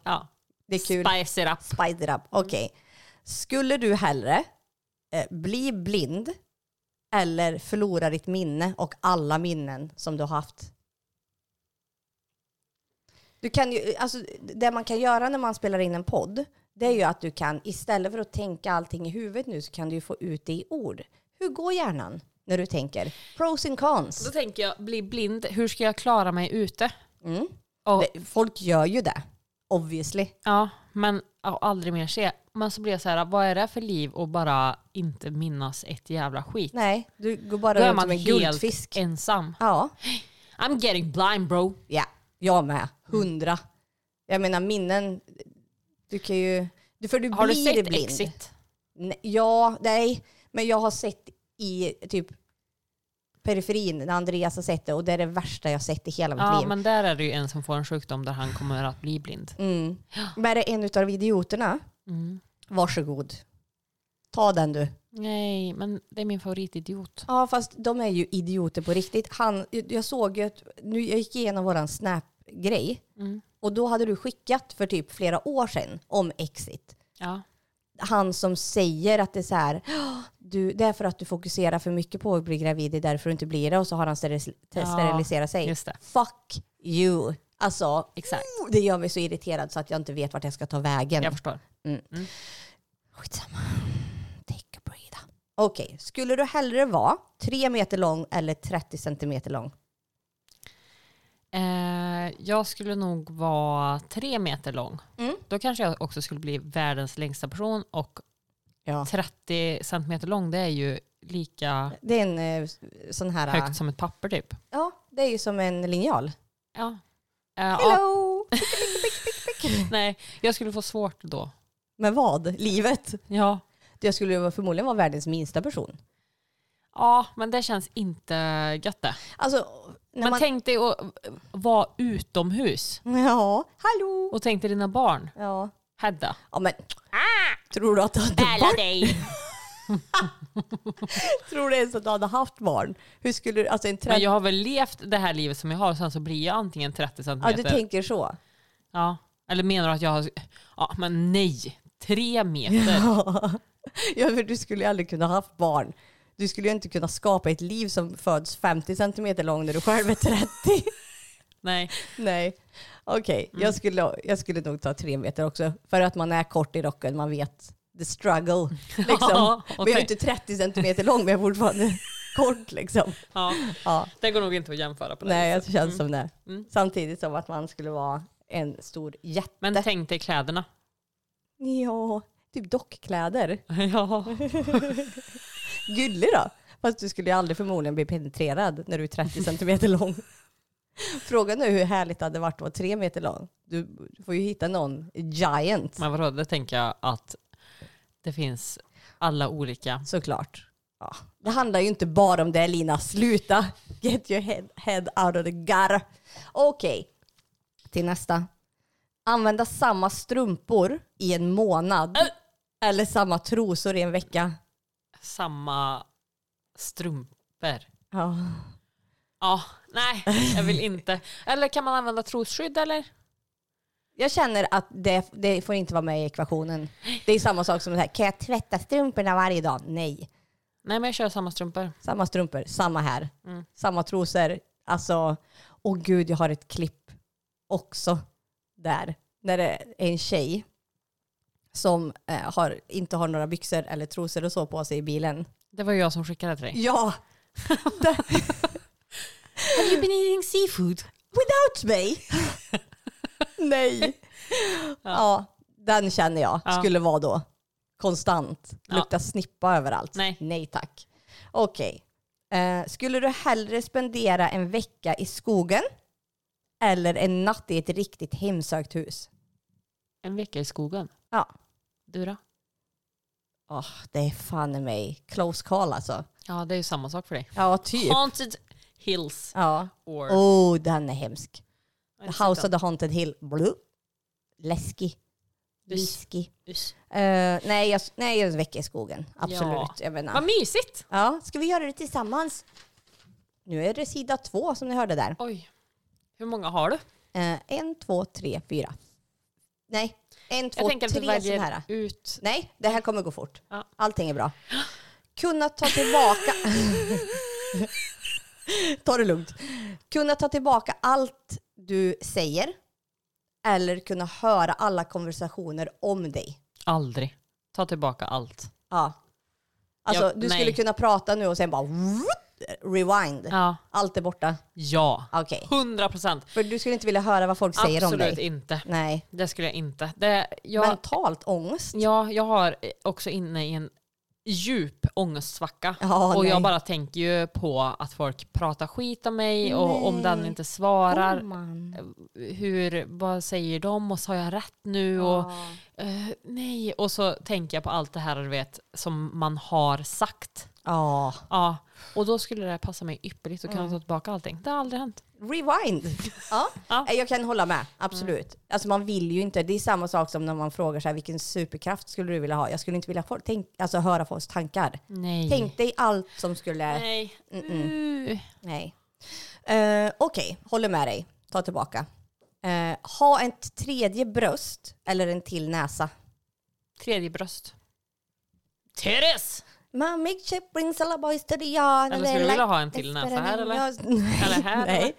Speaker 1: det är kul.
Speaker 2: Spice it up. Mm.
Speaker 1: Spider up. Okej. Skulle du hellre eh, bli blind eller förlora ditt minne och alla minnen som du har haft? Du kan ju, alltså, det man kan göra när man spelar in en podd det är ju att du kan, istället för att tänka allting i huvudet nu så kan du ju få ut det i ord. Hur går hjärnan när du tänker? Pros and
Speaker 2: Då
Speaker 1: cons.
Speaker 2: tänker jag, bli blind, hur ska jag klara mig ute?
Speaker 1: Mm.
Speaker 2: Och,
Speaker 1: Det- Folk gör ju det, obviously.
Speaker 2: Ja, men ja, aldrig mer se. Men så blir jag så här, vad är det för liv att bara inte minnas ett jävla skit?
Speaker 1: Nej, du går
Speaker 2: Då
Speaker 1: bara
Speaker 2: är
Speaker 1: runt som en
Speaker 2: man helt
Speaker 1: guldfisk.
Speaker 2: ensam.
Speaker 1: Ja.
Speaker 2: I'm getting blind bro.
Speaker 1: Ja, jag med. Hundra. Jag menar minnen, du kan ju... Du, för du
Speaker 2: Har du
Speaker 1: blir
Speaker 2: sett
Speaker 1: blind.
Speaker 2: Exit?
Speaker 1: Nej, ja, nej. Men jag har sett i typ periferin när Andreas har sett det och det är det värsta jag sett i hela mitt
Speaker 2: Ja,
Speaker 1: liv. Men...
Speaker 2: men där är det ju en som får en sjukdom där han kommer att bli blind.
Speaker 1: Mm. men är det en utav idioterna,
Speaker 2: Mm.
Speaker 1: varsågod. Ta den du.
Speaker 2: Nej, men det är min favoritidiot.
Speaker 1: Ja, fast de är ju idioter på riktigt. Han, jag såg ju, att, nu, jag gick igenom våran Snap-grej
Speaker 2: Mm.
Speaker 1: och då hade du skickat för typ flera år sedan om Exit.
Speaker 2: Ja.
Speaker 1: han som säger att det är så här, "Åh, du, det är för att du fokuserar för mycket på att bli gravid, det är därför du inte blir det och så har han steril-
Speaker 2: Ja,
Speaker 1: steriliserat sig.
Speaker 2: just det.
Speaker 1: Fuck you. Alltså,
Speaker 2: Exakt.
Speaker 1: oh, det gör mig så irriterad så att jag inte vet vart jag ska ta vägen.
Speaker 2: Jag förstår.
Speaker 1: Skitsamma. Take a breather. Okej, skulle du hellre vara tre meter lång eller 30 centimeter lång?
Speaker 2: Eh, jag skulle nog vara tre meter lång.
Speaker 1: Mm.
Speaker 2: Då kanske jag också skulle bli världens längsta person och
Speaker 1: Ja.
Speaker 2: 30 centimeter lång det är ju lika
Speaker 1: Det är en eh, sån här... eh,
Speaker 2: högt som ett papper typ.
Speaker 1: Ja, det är ju som en linjal.
Speaker 2: Ja. Eh, ja,
Speaker 1: Hello! [laughs]
Speaker 2: nej, jag skulle få svårt då.
Speaker 1: Men vad? Livet?
Speaker 2: Ja.
Speaker 1: Jag skulle ju förmodligen vara världens minsta person.
Speaker 2: ja, men det känns inte gött det.
Speaker 1: Alltså, när
Speaker 2: Men
Speaker 1: man...
Speaker 2: tänk dig att vara utomhus
Speaker 1: Ja, hallå!
Speaker 2: och tänk dig dina barn,
Speaker 1: Ja,
Speaker 2: Hedda.
Speaker 1: ja men... Tror du att du hade barn?
Speaker 2: dig!
Speaker 1: Tror du ens att du hade haft barn? Hur skulle du... Alltså en
Speaker 2: Men
Speaker 1: 30...
Speaker 2: jag har väl levt det här livet som jag har och sen så blir jag antingen 30
Speaker 1: Ja, du
Speaker 2: centimeter.
Speaker 1: tänker så. [laughs]
Speaker 2: Ja. Eller menar du att jag har... Ja, men nej. Tre meter.
Speaker 1: Ja, för du skulle ju aldrig kunna ha haft barn. Du skulle ju inte kunna skapa ett liv som föds 50 centimeter lång när du själv är 30.
Speaker 2: [laughs] Nej. Mm.
Speaker 1: Nej, okej. Jag, skulle, jag skulle nog ta tre meter också. För att man är kort i rocken, man vet the struggle.
Speaker 2: [laughs]
Speaker 1: Liksom.
Speaker 2: Ja,
Speaker 1: Men jag är
Speaker 2: okej.
Speaker 1: inte 30 centimeter lång, men jag är fortfarande kort liksom.
Speaker 2: Ja,
Speaker 1: Ja.
Speaker 2: det går nog inte att jämföra på det
Speaker 1: Nej, jag
Speaker 2: viset.
Speaker 1: känns som det.
Speaker 2: Mm.
Speaker 1: Samtidigt som att man skulle vara en stor jätte.
Speaker 2: Men tänk dig kläderna. [laughs]
Speaker 1: Ja, typ dockkläder.
Speaker 2: ja.
Speaker 1: Gullig då? Fast du skulle ju aldrig förmodligen bli penetrerad när du är
Speaker 2: [laughs]
Speaker 1: 30 centimeter lång. Frågan är hur härligt det hade varit att vara tre meter lång. Du får ju hitta någon giant
Speaker 2: Men vadå, det tänker jag att det finns alla olika.
Speaker 1: såklart. Ja. Det handlar ju inte bara om det Lina, sluta. Get your head, head out of the gutter. Okej, till nästa. Använda samma strumpor i en månad eller samma trosor i en vecka.
Speaker 2: Samma strumpor.
Speaker 1: Ja.
Speaker 2: Ja, nej, jag vill inte. Eller kan man använda trosskydd eller?
Speaker 1: Jag känner att det, det får inte vara med i ekvationen. Det är samma sak som det här, kan jag tvätta strumporna varje dag? Nej.
Speaker 2: Nej, men jag kör samma strumpor.
Speaker 1: Samma strumpor, samma här. Samma trosor. Alltså, åh gud, jag har ett klipp också där. När det är en tjej som eh, har, inte har några byxor eller trosor och så på sig i bilen.
Speaker 2: Det var ju jag som skickade till dig.
Speaker 1: Ja!
Speaker 2: Have you been eating seafood?
Speaker 1: Without me! Nej. Ja. den känner jag
Speaker 2: Ja.
Speaker 1: skulle vara då konstant.
Speaker 2: Ja.
Speaker 1: Lukta snippa överallt.
Speaker 2: Nej.
Speaker 1: tack. Okej. Eh, skulle du hellre spendera en vecka i skogen eller en natt i ett riktigt hemsökt hus?
Speaker 2: En vecka i skogen.
Speaker 1: Ja.
Speaker 2: Du då?
Speaker 1: Åh, det är fan i mig close call alltså.
Speaker 2: Ja, det är ju samma sak för dig.
Speaker 1: Ja, typ.
Speaker 2: Haunted hills
Speaker 1: Ja.
Speaker 2: or...
Speaker 1: Oh, den är hemsk. The House of the Haunted Hill. Bluh. Läskig.
Speaker 2: Usch.
Speaker 1: Läskig.
Speaker 2: Usch.
Speaker 1: Eh, nej, jag, nej, en vecka i skogen. Absolut.
Speaker 2: Ja.
Speaker 1: Jag menar.
Speaker 2: Vad mysigt!
Speaker 1: Ja, ska vi göra det tillsammans? Nu är det sida två som ni hörde där.
Speaker 2: Oj. Hur många har du?
Speaker 1: Eh, en, två, tre, fyra. Nej, en,
Speaker 2: Jag
Speaker 1: två,
Speaker 2: tänker att du
Speaker 1: tre sån här.
Speaker 2: väljer ut...
Speaker 1: Nej, det här kommer gå fort.
Speaker 2: Ja.
Speaker 1: Allting är bra. Kunna ta tillbaka...
Speaker 2: [laughs]
Speaker 1: ta det lugnt. Kunna ta tillbaka allt du säger eller kunna höra alla konversationer om dig.
Speaker 2: Aldrig. Ta tillbaka allt.
Speaker 1: Ja. Alltså,
Speaker 2: Ja,
Speaker 1: du
Speaker 2: nej.
Speaker 1: skulle kunna prata nu och sen bara vroom, rewind.
Speaker 2: Ja.
Speaker 1: Allt är borta.
Speaker 2: Ja.
Speaker 1: Okej.
Speaker 2: 100 procent.
Speaker 1: För du skulle inte vilja höra vad folk säger om
Speaker 2: Absolut
Speaker 1: dig.
Speaker 2: inte.
Speaker 1: Nej.
Speaker 2: Det skulle jag inte. Det, jag,
Speaker 1: Mentalt ångest.
Speaker 2: ja, jag har också inne i en djup ångestsvacka.
Speaker 1: Ja,
Speaker 2: och
Speaker 1: nej.
Speaker 2: jag bara tänker ju på att folk pratar skit om mig och om den
Speaker 1: Nej.
Speaker 2: inte svarar.
Speaker 1: Oh, man.
Speaker 2: Hur, vad säger de och sa jag rätt nu? Och, eh, nej. och så tänker jag på allt det här du vet, som man har sagt.
Speaker 1: Ja.
Speaker 2: Ja, och då skulle det passa mig ypperligt att kunna
Speaker 1: Mm.
Speaker 2: ta tillbaka allting. Det har aldrig hänt.
Speaker 1: Rewind. Ja.
Speaker 2: Ja. Mm.
Speaker 1: Nej, Jag kan hålla med, absolut. Alltså man vill ju inte, det är samma sak som när man frågar så här, vilken superkraft skulle du vilja ha? Jag skulle inte vilja få, tänk, alltså, höra folks tankar.
Speaker 2: Nej.
Speaker 1: Tänk dig allt som skulle... Nej.
Speaker 2: Mm. Nej. Uh.
Speaker 1: Eh, Okej, håller med dig. Ta tillbaka. Eh, ha ett tredje bröst eller en till näsa.
Speaker 2: Tredje bröst. Therese!
Speaker 1: My chip brings alla boys to the yard.
Speaker 2: Eller skulle du vilja ha en till näsa här, eller?
Speaker 1: Eller [laughs]
Speaker 2: Eller här,
Speaker 1: Nej.
Speaker 2: eller?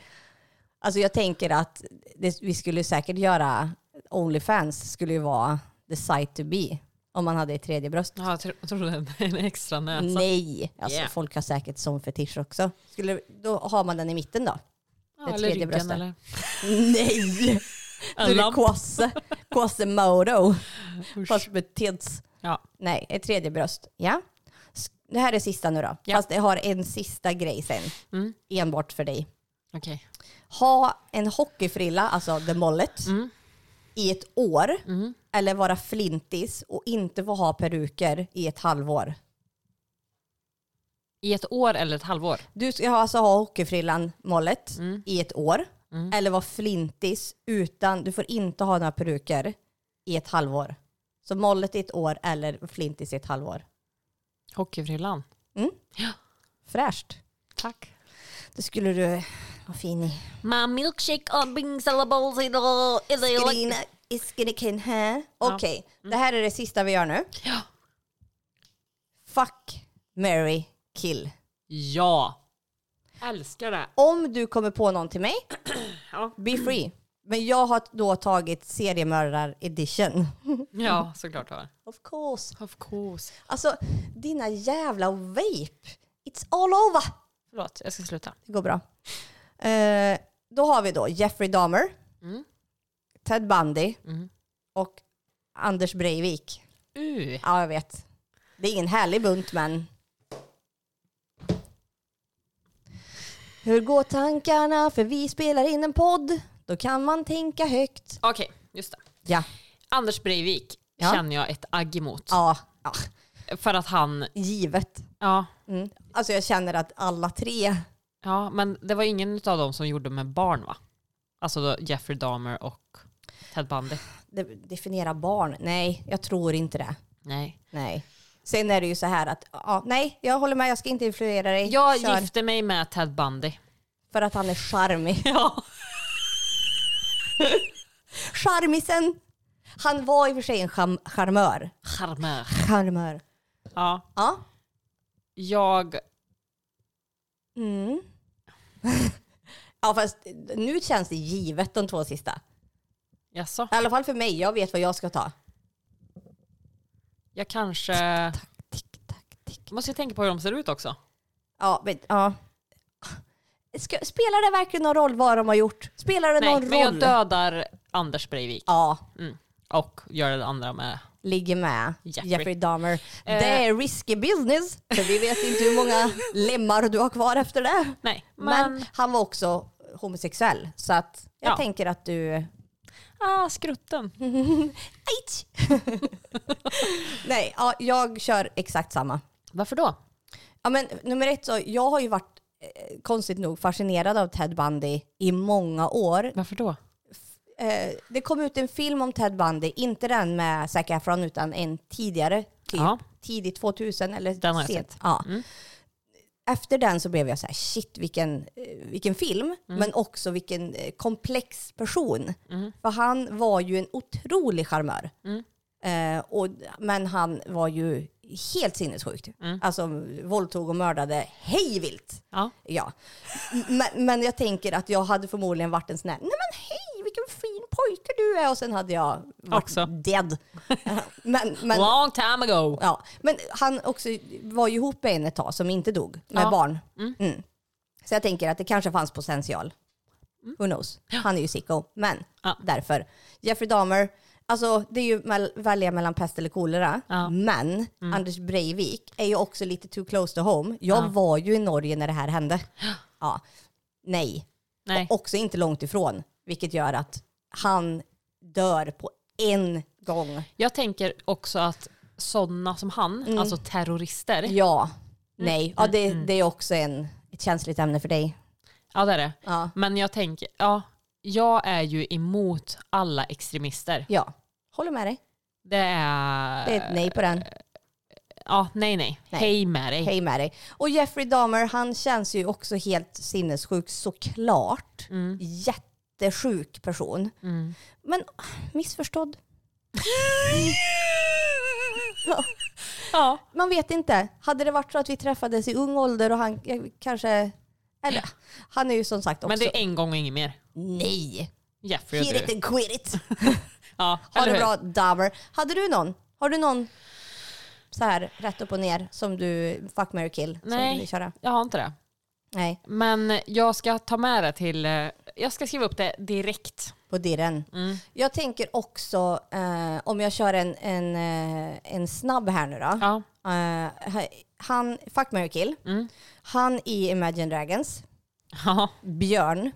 Speaker 1: Alltså jag tänker att det, vi skulle säkert göra Onlyfans skulle ju vara the site to be om man hade ett tredje bröst.
Speaker 2: Ja, jag tro- trodde det var en extra näsa.
Speaker 1: Nej, alltså
Speaker 2: Yeah.
Speaker 1: folk har säkert sån fetisch också. Skulle, då har man den i mitten då?
Speaker 2: ja,
Speaker 1: det
Speaker 2: eller
Speaker 1: tredje
Speaker 2: ryggen
Speaker 1: bröstet.
Speaker 2: eller
Speaker 1: Nej! Då är
Speaker 2: en
Speaker 1: det
Speaker 2: lamp.
Speaker 1: Quasse, Quasimodo.
Speaker 2: Usch.
Speaker 1: Fast med tits.
Speaker 2: Ja.
Speaker 1: Nej, ett tredje bröst. Ja. S- Det här är sista nu då.
Speaker 2: Ja. Mm.
Speaker 1: Fast jag har en sista grej sen. Enbart för dig.
Speaker 2: Okej.
Speaker 1: Ha en hockeyfrilla, alltså the mullet,
Speaker 2: Mm.
Speaker 1: i ett år. Eller vara flintis och inte få ha peruker i ett halvår.
Speaker 2: I ett år eller ett halvår? Mm.
Speaker 1: Du ska ha- alltså ha hockeyfrillan, mullet, i ett år. Eller vara flintis utan, du får inte ha några peruker i ett halvår. Så mullet i ett år eller flintis i ett halvår.
Speaker 2: Hockeyfrillan.
Speaker 1: Fräscht.
Speaker 2: Tack.
Speaker 1: Det skulle du vara fin i.
Speaker 2: My milkshake on being sellable is
Speaker 1: Skrina Iskinikin här. Okej, det här är det sista vi gör nu.
Speaker 2: Ja.
Speaker 1: Fuck, Mary, kill.
Speaker 2: Ja. Älskar det.
Speaker 1: Om du kommer på någon till mig,
Speaker 2: Ja.
Speaker 1: be free. Men jag har då tagit seriemördar edition.
Speaker 2: Ja, såklart har
Speaker 1: Of course.
Speaker 2: Of course.
Speaker 1: Alltså, dina jävla vape. It's all over.
Speaker 2: Förlåt, jag ska sluta.
Speaker 1: Det går bra. Eh, då har vi då Jeffrey Dahmer,
Speaker 2: Mm.
Speaker 1: Ted Bundy
Speaker 2: Mm.
Speaker 1: och Anders Breivik.
Speaker 2: Uh.
Speaker 1: Ja, jag vet. Det är ingen härlig bunt, men... Hur går tankarna? För vi spelar in en podd. Då kan man tänka högt.
Speaker 2: Okej, just det.
Speaker 1: Ja.
Speaker 2: Anders Breivik
Speaker 1: Ja.
Speaker 2: känner jag ett agg emot.
Speaker 1: Ja, ja
Speaker 2: För att han,
Speaker 1: givet.
Speaker 2: ja,
Speaker 1: Mm. Alltså jag känner att alla tre...
Speaker 2: ja, men det var ingen av dem som gjorde med barn va? Alltså då Jeffrey Dahmer och Ted Bundy.
Speaker 1: de- Definiera barn. Nej, jag tror inte det.
Speaker 2: Nej.
Speaker 1: Nej. Sen är det ju så här att, ja, nej, jag håller med, jag ska inte influera dig.
Speaker 2: Jag
Speaker 1: Kör.
Speaker 2: gifte mig med Ted Bundy.
Speaker 1: För att han är charmig.
Speaker 2: Ja.
Speaker 1: Charmisen! Han var i och för sig en charm- charmör.
Speaker 2: Charmör.
Speaker 1: Charmör.
Speaker 2: Ja.
Speaker 1: Ja.
Speaker 2: Jag,
Speaker 1: Mm. ja, fast nu känns det givet de två sista.
Speaker 2: jaså,
Speaker 1: I alla fall för mig, jag vet vad jag ska ta.
Speaker 2: jag kanske,
Speaker 1: Tick, tack, tick.
Speaker 2: måste jag tänka på hur de ser ut också.
Speaker 1: Ja, men ja. Ska, spelar det verkligen någon roll vad de har gjort? Spelar det
Speaker 2: Nej,
Speaker 1: någon
Speaker 2: men jag
Speaker 1: roll?
Speaker 2: dödar Anders Breivik
Speaker 1: Ja,
Speaker 2: och gör det andra med.
Speaker 1: ligger med Jeffrey,
Speaker 2: Jeffrey.
Speaker 1: Dahmer.
Speaker 2: Eh.
Speaker 1: Det är risky business, för vi vet inte hur många lemmar du har kvar efter det.
Speaker 2: Nej,
Speaker 1: Men,
Speaker 2: men,
Speaker 1: han var också homosexuell, så att jag
Speaker 2: Ja.
Speaker 1: tänker att du...
Speaker 2: ah, skrutten.
Speaker 1: Aj! Nej, ja, jag kör exakt samma.
Speaker 2: Varför då?
Speaker 1: Ja, men nummer ett, så, jag har ju varit eh, konstigt nog fascinerad av Ted Bundy i många år.
Speaker 2: Varför då?
Speaker 1: Eh, det kom ut en film om Ted Bundy, inte den med Zac Efron utan en tidigare, typ
Speaker 2: Ja.
Speaker 1: tidigt 2000 eller
Speaker 2: Den har jag
Speaker 1: sent.
Speaker 2: sett. Mm.
Speaker 1: Ja. Efter den så blev jag så här, shit vilken, eh, vilken film,
Speaker 2: Mm.
Speaker 1: men också vilken eh, komplex person. För han var ju en otrolig charmör.
Speaker 2: Mm.
Speaker 1: Eh, och, men han var ju helt sinnessjukt.
Speaker 2: Mm.
Speaker 1: Alltså våldtog och mördade hej vilt.
Speaker 2: Ja.
Speaker 1: Ja. Men, men jag tänker att jag hade förmodligen varit en sån här, nej men hej vilken fin pojke du är och sen hade jag varit
Speaker 2: Också.
Speaker 1: dead. men, men,
Speaker 2: Long time ago.
Speaker 1: ja. men han också var ju ihop med en ett tag som inte dog, med
Speaker 2: Ja.
Speaker 1: barn. Mm. Så jag tänker att det kanske fanns potential. Who knows? Han är ju sicko. Men
Speaker 2: Mm. Ja.
Speaker 1: därför. Jeffrey Dahmer, alltså det är ju mell- välja mellan pest eller kolera.
Speaker 2: Ja. Mm.
Speaker 1: Men Anders Breivik är ju också lite too close to home. Jag
Speaker 2: Ja.
Speaker 1: var ju i Norge när det här hände. Ja. Nej.
Speaker 2: Nej.
Speaker 1: Och också inte långt ifrån. Vilket gör att han dör på en gång.
Speaker 2: Jag tänker också att sådana som han, alltså terrorister,
Speaker 1: Mm. Ja.
Speaker 2: Mm.
Speaker 1: Nej. Ja, det, det är också en, ett känsligt ämne för dig.
Speaker 2: ja det är det.
Speaker 1: Ja.
Speaker 2: Men jag tänker, ja, jag är ju emot alla extremister.
Speaker 1: Ja. Håller med dig.
Speaker 2: Det är...
Speaker 1: Det är ett nej på
Speaker 2: Eh.
Speaker 1: den.
Speaker 2: Ja, nej, nej.
Speaker 1: Nej.
Speaker 2: Hej med dig.
Speaker 1: Hej med dig. Och Jeffrey Dahmer, han känns ju också helt sinnessjuk såklart.
Speaker 2: Mm.
Speaker 1: Jättesjuk person. Men missförstådd. Ja,
Speaker 2: Ja.
Speaker 1: Man vet inte. Hade det varit så att vi träffades i ung ålder och han eh, kanske... Eller, han är ju som sagt också...
Speaker 2: Men det är en gång och inget mer.
Speaker 1: Nej!
Speaker 2: Jeffrey och
Speaker 1: Hit it
Speaker 2: du.
Speaker 1: and quit it.
Speaker 2: Ja,
Speaker 1: Ha det
Speaker 2: eller hur?
Speaker 1: bra Dahmer. Hade du någon? Har du någon så här rätt upp och ner som du, fuck, marry, kill, som
Speaker 2: Nej.
Speaker 1: du vill köra?
Speaker 2: Jag har inte det.
Speaker 1: Nej,
Speaker 2: Men jag ska ta med det till... eh, Jag ska skriva upp det direkt.
Speaker 1: på dirren.
Speaker 2: Mm.
Speaker 1: Jag tänker också, eh, om jag kör en, en, eh, en snabb här nu då.
Speaker 2: Ja.
Speaker 1: Eh, han, fuck, marry, kill.
Speaker 2: Mm.
Speaker 1: Han i Imagine Dragons,
Speaker 2: Ja. [laughs]
Speaker 1: Björn.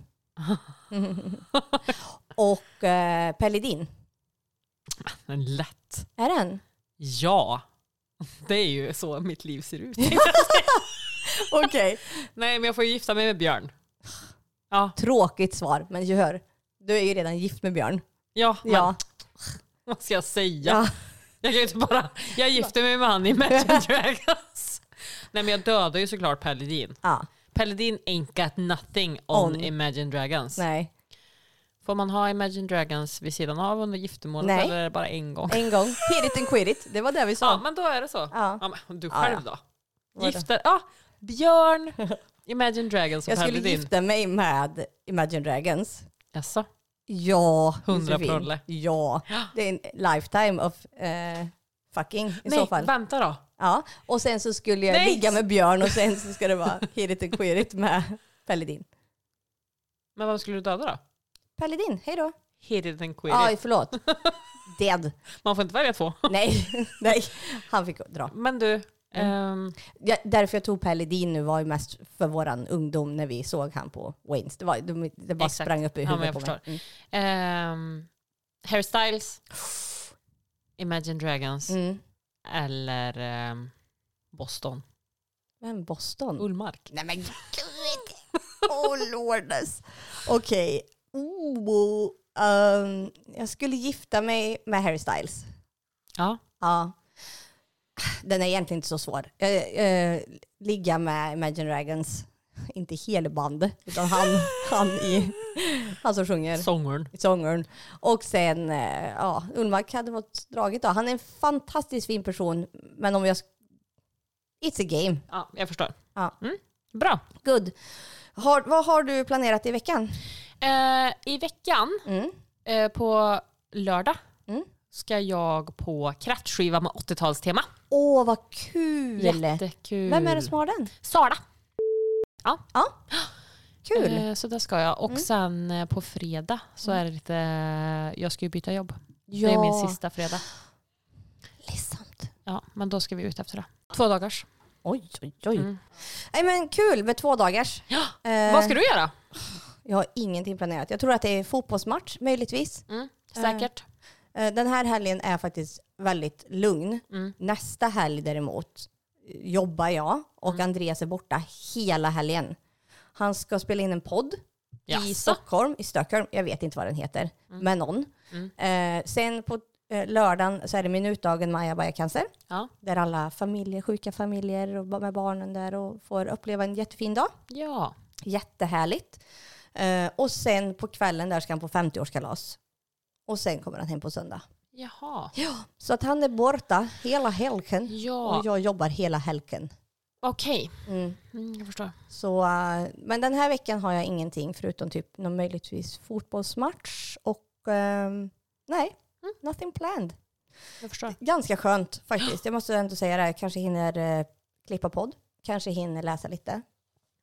Speaker 1: och eh, Pelle Din.
Speaker 2: Lätt.
Speaker 1: Är den?
Speaker 2: Ja. [laughs] Det är ju så mitt liv ser ut.
Speaker 1: Okej.
Speaker 2: [laughs] Nej, men jag får ju gifta mig med Björn. Ja,
Speaker 1: Tråkigt svar, men ju hör. Du är ju redan gift med Björn.
Speaker 2: ja, men
Speaker 1: Ja.
Speaker 2: [laughs] vad ska jag säga?
Speaker 1: ja.
Speaker 2: Jag kan ju inte bara, jag gifte mig med han i [laughs] Imagine Dragons. Nej men jag dödar ju såklart Paladin.
Speaker 1: ja.
Speaker 2: Paladin ain't got nothing on,
Speaker 1: On.
Speaker 2: Imagine Dragons.
Speaker 1: Nej.
Speaker 2: Får man ha Imagine Dragons vid sidan av under giftermålet
Speaker 1: Nej.
Speaker 2: eller är det bara en gång?
Speaker 1: En gång. Hit it and quit it. Det var det vi
Speaker 2: Ja,
Speaker 1: sa.
Speaker 2: men då är det så.
Speaker 1: Ja.
Speaker 2: Ja, men du
Speaker 1: Ja,
Speaker 2: själv då?
Speaker 1: Vadå?
Speaker 2: Gifter, ja, Björn, Imagine Dragons och
Speaker 1: Jag skulle
Speaker 2: Pelle din.
Speaker 1: gifta mig med Imagine Dragons.
Speaker 2: Jaså?
Speaker 1: Ja,
Speaker 2: Hundra
Speaker 1: Josefin.
Speaker 2: prolle.
Speaker 1: Ja, det är en lifetime of eh, fucking i så
Speaker 2: Nej,
Speaker 1: fall.
Speaker 2: vänta då.
Speaker 1: Ja, och sen så skulle jag
Speaker 2: Nej!
Speaker 1: ligga med Björn och sen så ska det vara hit it and quit it med Pelledin.
Speaker 2: Men vad skulle du döda då?
Speaker 1: Pelledin, hej då.
Speaker 2: Hit it and quit
Speaker 1: Aj,
Speaker 2: it.
Speaker 1: förlåt. Dead.
Speaker 2: Man får inte välja två.
Speaker 1: Nej, [laughs] nej. Han fick dra.
Speaker 2: Men du, ehm,
Speaker 1: Ja, därför jag tog Pelledin nu var ju mest för våran ungdom när vi såg han på Waynes. Det, var, de- det bara
Speaker 2: Exakt.
Speaker 1: sprang upp i
Speaker 2: Ja, men
Speaker 1: huvudet
Speaker 2: jag
Speaker 1: på mig.
Speaker 2: förstår. ehm, Harry Styles, Imagine Dragons
Speaker 1: Mm. Mm.
Speaker 2: eller ehm, Boston.
Speaker 1: Men Boston.
Speaker 2: Ullmark.
Speaker 1: Nej men gud! Oh lordes. Okej. Oh, ehm, jag skulle gifta mig med Harry Styles.
Speaker 2: Ja.
Speaker 1: Ja. Den är egentligen inte så svår. Eh, eh, ligga med Imagine Dragons. Inte helband, utan han, han, i, han som sjunger.
Speaker 2: Sångern.
Speaker 1: Sångern. Och sen, eh, ja, Ullmark hade varit draget då. Han är en fantastiskt fin person, men om jag... sk- It's a game.
Speaker 2: Ja, jag förstår.
Speaker 1: Ja.
Speaker 2: Mm, bra.
Speaker 1: Good. Har, vad har du planerat i veckan?
Speaker 2: Eh, I veckan,
Speaker 1: Mm.
Speaker 2: eh, på lördag,
Speaker 1: Mm.
Speaker 2: ska jag på kraftskiva med 80-talstema.
Speaker 1: Åh, vad kul!
Speaker 2: Jättekul.
Speaker 1: Vem är det som har den?
Speaker 2: Sara.
Speaker 1: Kul! Mm.
Speaker 2: Eh, Så det ska jag. Och sen eh, på fredag så är det lite, eh, jag ska ju byta jobb. Det är min sista fredag.
Speaker 1: Ledsamt.
Speaker 2: Ja, men då ska vi ut efter det. Två dagars.
Speaker 1: Oj, oj, oj.
Speaker 2: Mm.
Speaker 1: Nej, men kul med två dagars.
Speaker 2: Ja,
Speaker 1: Eh,
Speaker 2: Vad ska du göra?
Speaker 1: Jag har ingenting planerat. Jag tror att det är fotbollsmatch, möjligtvis.
Speaker 2: Mm. Säkert.
Speaker 1: Eh, Den här helgen är faktiskt väldigt lugn.
Speaker 2: Mm.
Speaker 1: Nästa helg däremot jobbar jag och
Speaker 2: Mm.
Speaker 1: Andreas är borta hela helgen. Han ska spela in en podd i
Speaker 2: Jaså? Mm.
Speaker 1: Stockholm, i Stockholm, jag vet inte vad den heter, men någon. Eh, sen på eh, lördagen så är det minutdagen med Aja Baja Cancer,
Speaker 2: Ja.
Speaker 1: där alla familjer, sjuka familjer och ba- med barnen där och får uppleva en jättefin dag.
Speaker 2: ja.
Speaker 1: Jättehärligt. Eh, och sen på kvällen där ska han på 50-årskalas. Och sen kommer han hem på söndag.
Speaker 2: Jaha.
Speaker 1: Så att han är borta hela helgen
Speaker 2: Ja.
Speaker 1: och jag jobbar hela helgen.
Speaker 2: Okej.
Speaker 1: Mm.
Speaker 2: Mm, jag förstår.
Speaker 1: Så, eh, men den här veckan har jag ingenting förutom typ någon möjligtvis fotbollsmatch och ehm, nej, nothing planned.
Speaker 2: Jag förstår.
Speaker 1: Ganska skönt faktiskt. Jag måste ändå säga det, här. jag kanske hinner eh, klippa podd, kanske hinner läsa lite.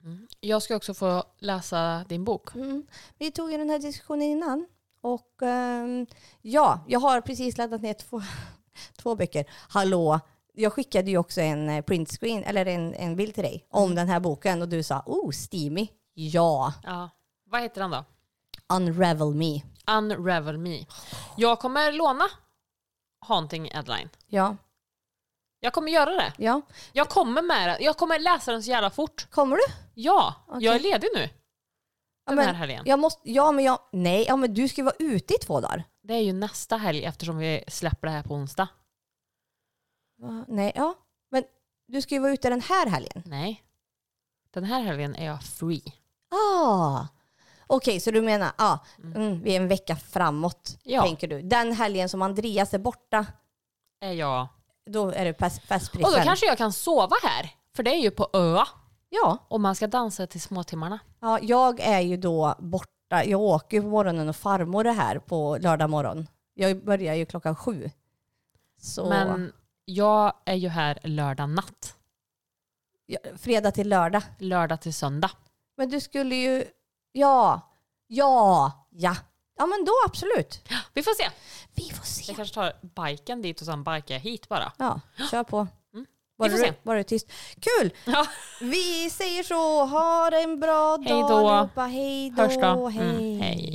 Speaker 2: Mm. Jag ska också få läsa din bok.
Speaker 1: Mm. Vi tog ju den här diskussionen innan och ehm, ja, jag har precis laddat ner två, [laughs] två böcker. Hallå, jag skickade ju också en eh, printscreen eller en, en bild till dig om den här boken och du sa oh, steamy. Ja,
Speaker 2: Ja. Vad heter den då?
Speaker 1: unravel me.
Speaker 2: Unravel me. Jag kommer låna Haunting Adeline.
Speaker 1: Ja,
Speaker 2: Jag kommer göra det.
Speaker 1: ja.
Speaker 2: Jag kommer med det. Jag kommer läsa den så jävla fort.
Speaker 1: Kommer du?
Speaker 2: Ja,
Speaker 1: Okej.
Speaker 2: jag är ledig nu.
Speaker 1: Ja,
Speaker 2: Den här
Speaker 1: men,
Speaker 2: helgen.
Speaker 1: jag måste, ja, men jag, nej, ja, men du ska ju vara ute i två dagar.
Speaker 2: Det är ju nästa helg eftersom vi släpper det här på onsdag.
Speaker 1: Va? Nej, ja. Men du ska ju vara ute den här helgen.
Speaker 2: Nej. Den här helgen är jag free.
Speaker 1: Ah. Okej, så du menar, ah, mm, vi är en vecka framåt,
Speaker 2: Ja.
Speaker 1: tänker du. Den helgen som Andreas är borta,
Speaker 2: Är jag.
Speaker 1: då är det fest- festprisen.
Speaker 2: Och då kanske jag kan sova här. För det är ju på öa.
Speaker 1: Ja.
Speaker 2: Och man ska dansa till småtimmarna.
Speaker 1: ja, jag är ju då borta. Jag åker ju på morgonen och farmor är här på lördag morgon. Jag börjar ju klockan sju. Så
Speaker 2: Men jag är ju här lördag natt.
Speaker 1: ja, fredag till lördag.
Speaker 2: Lördag till söndag.
Speaker 1: Men du skulle ju, ja, ja, ja. Ja men då absolut.
Speaker 2: Vi får se.
Speaker 1: Vi får se.
Speaker 2: Jag kanske tar biken dit och sen bikar jag hit bara.
Speaker 1: Ja, kör på.
Speaker 2: Mm.
Speaker 1: Bara,
Speaker 2: Vi får
Speaker 1: du,
Speaker 2: se.
Speaker 1: bara du är tyst. Kul!
Speaker 2: Ja.
Speaker 1: Vi säger så. Ha en bra dag
Speaker 2: Hej då.
Speaker 1: allihopa. Hej då.
Speaker 2: Hörs då. Mm,
Speaker 1: Hej.
Speaker 2: hej.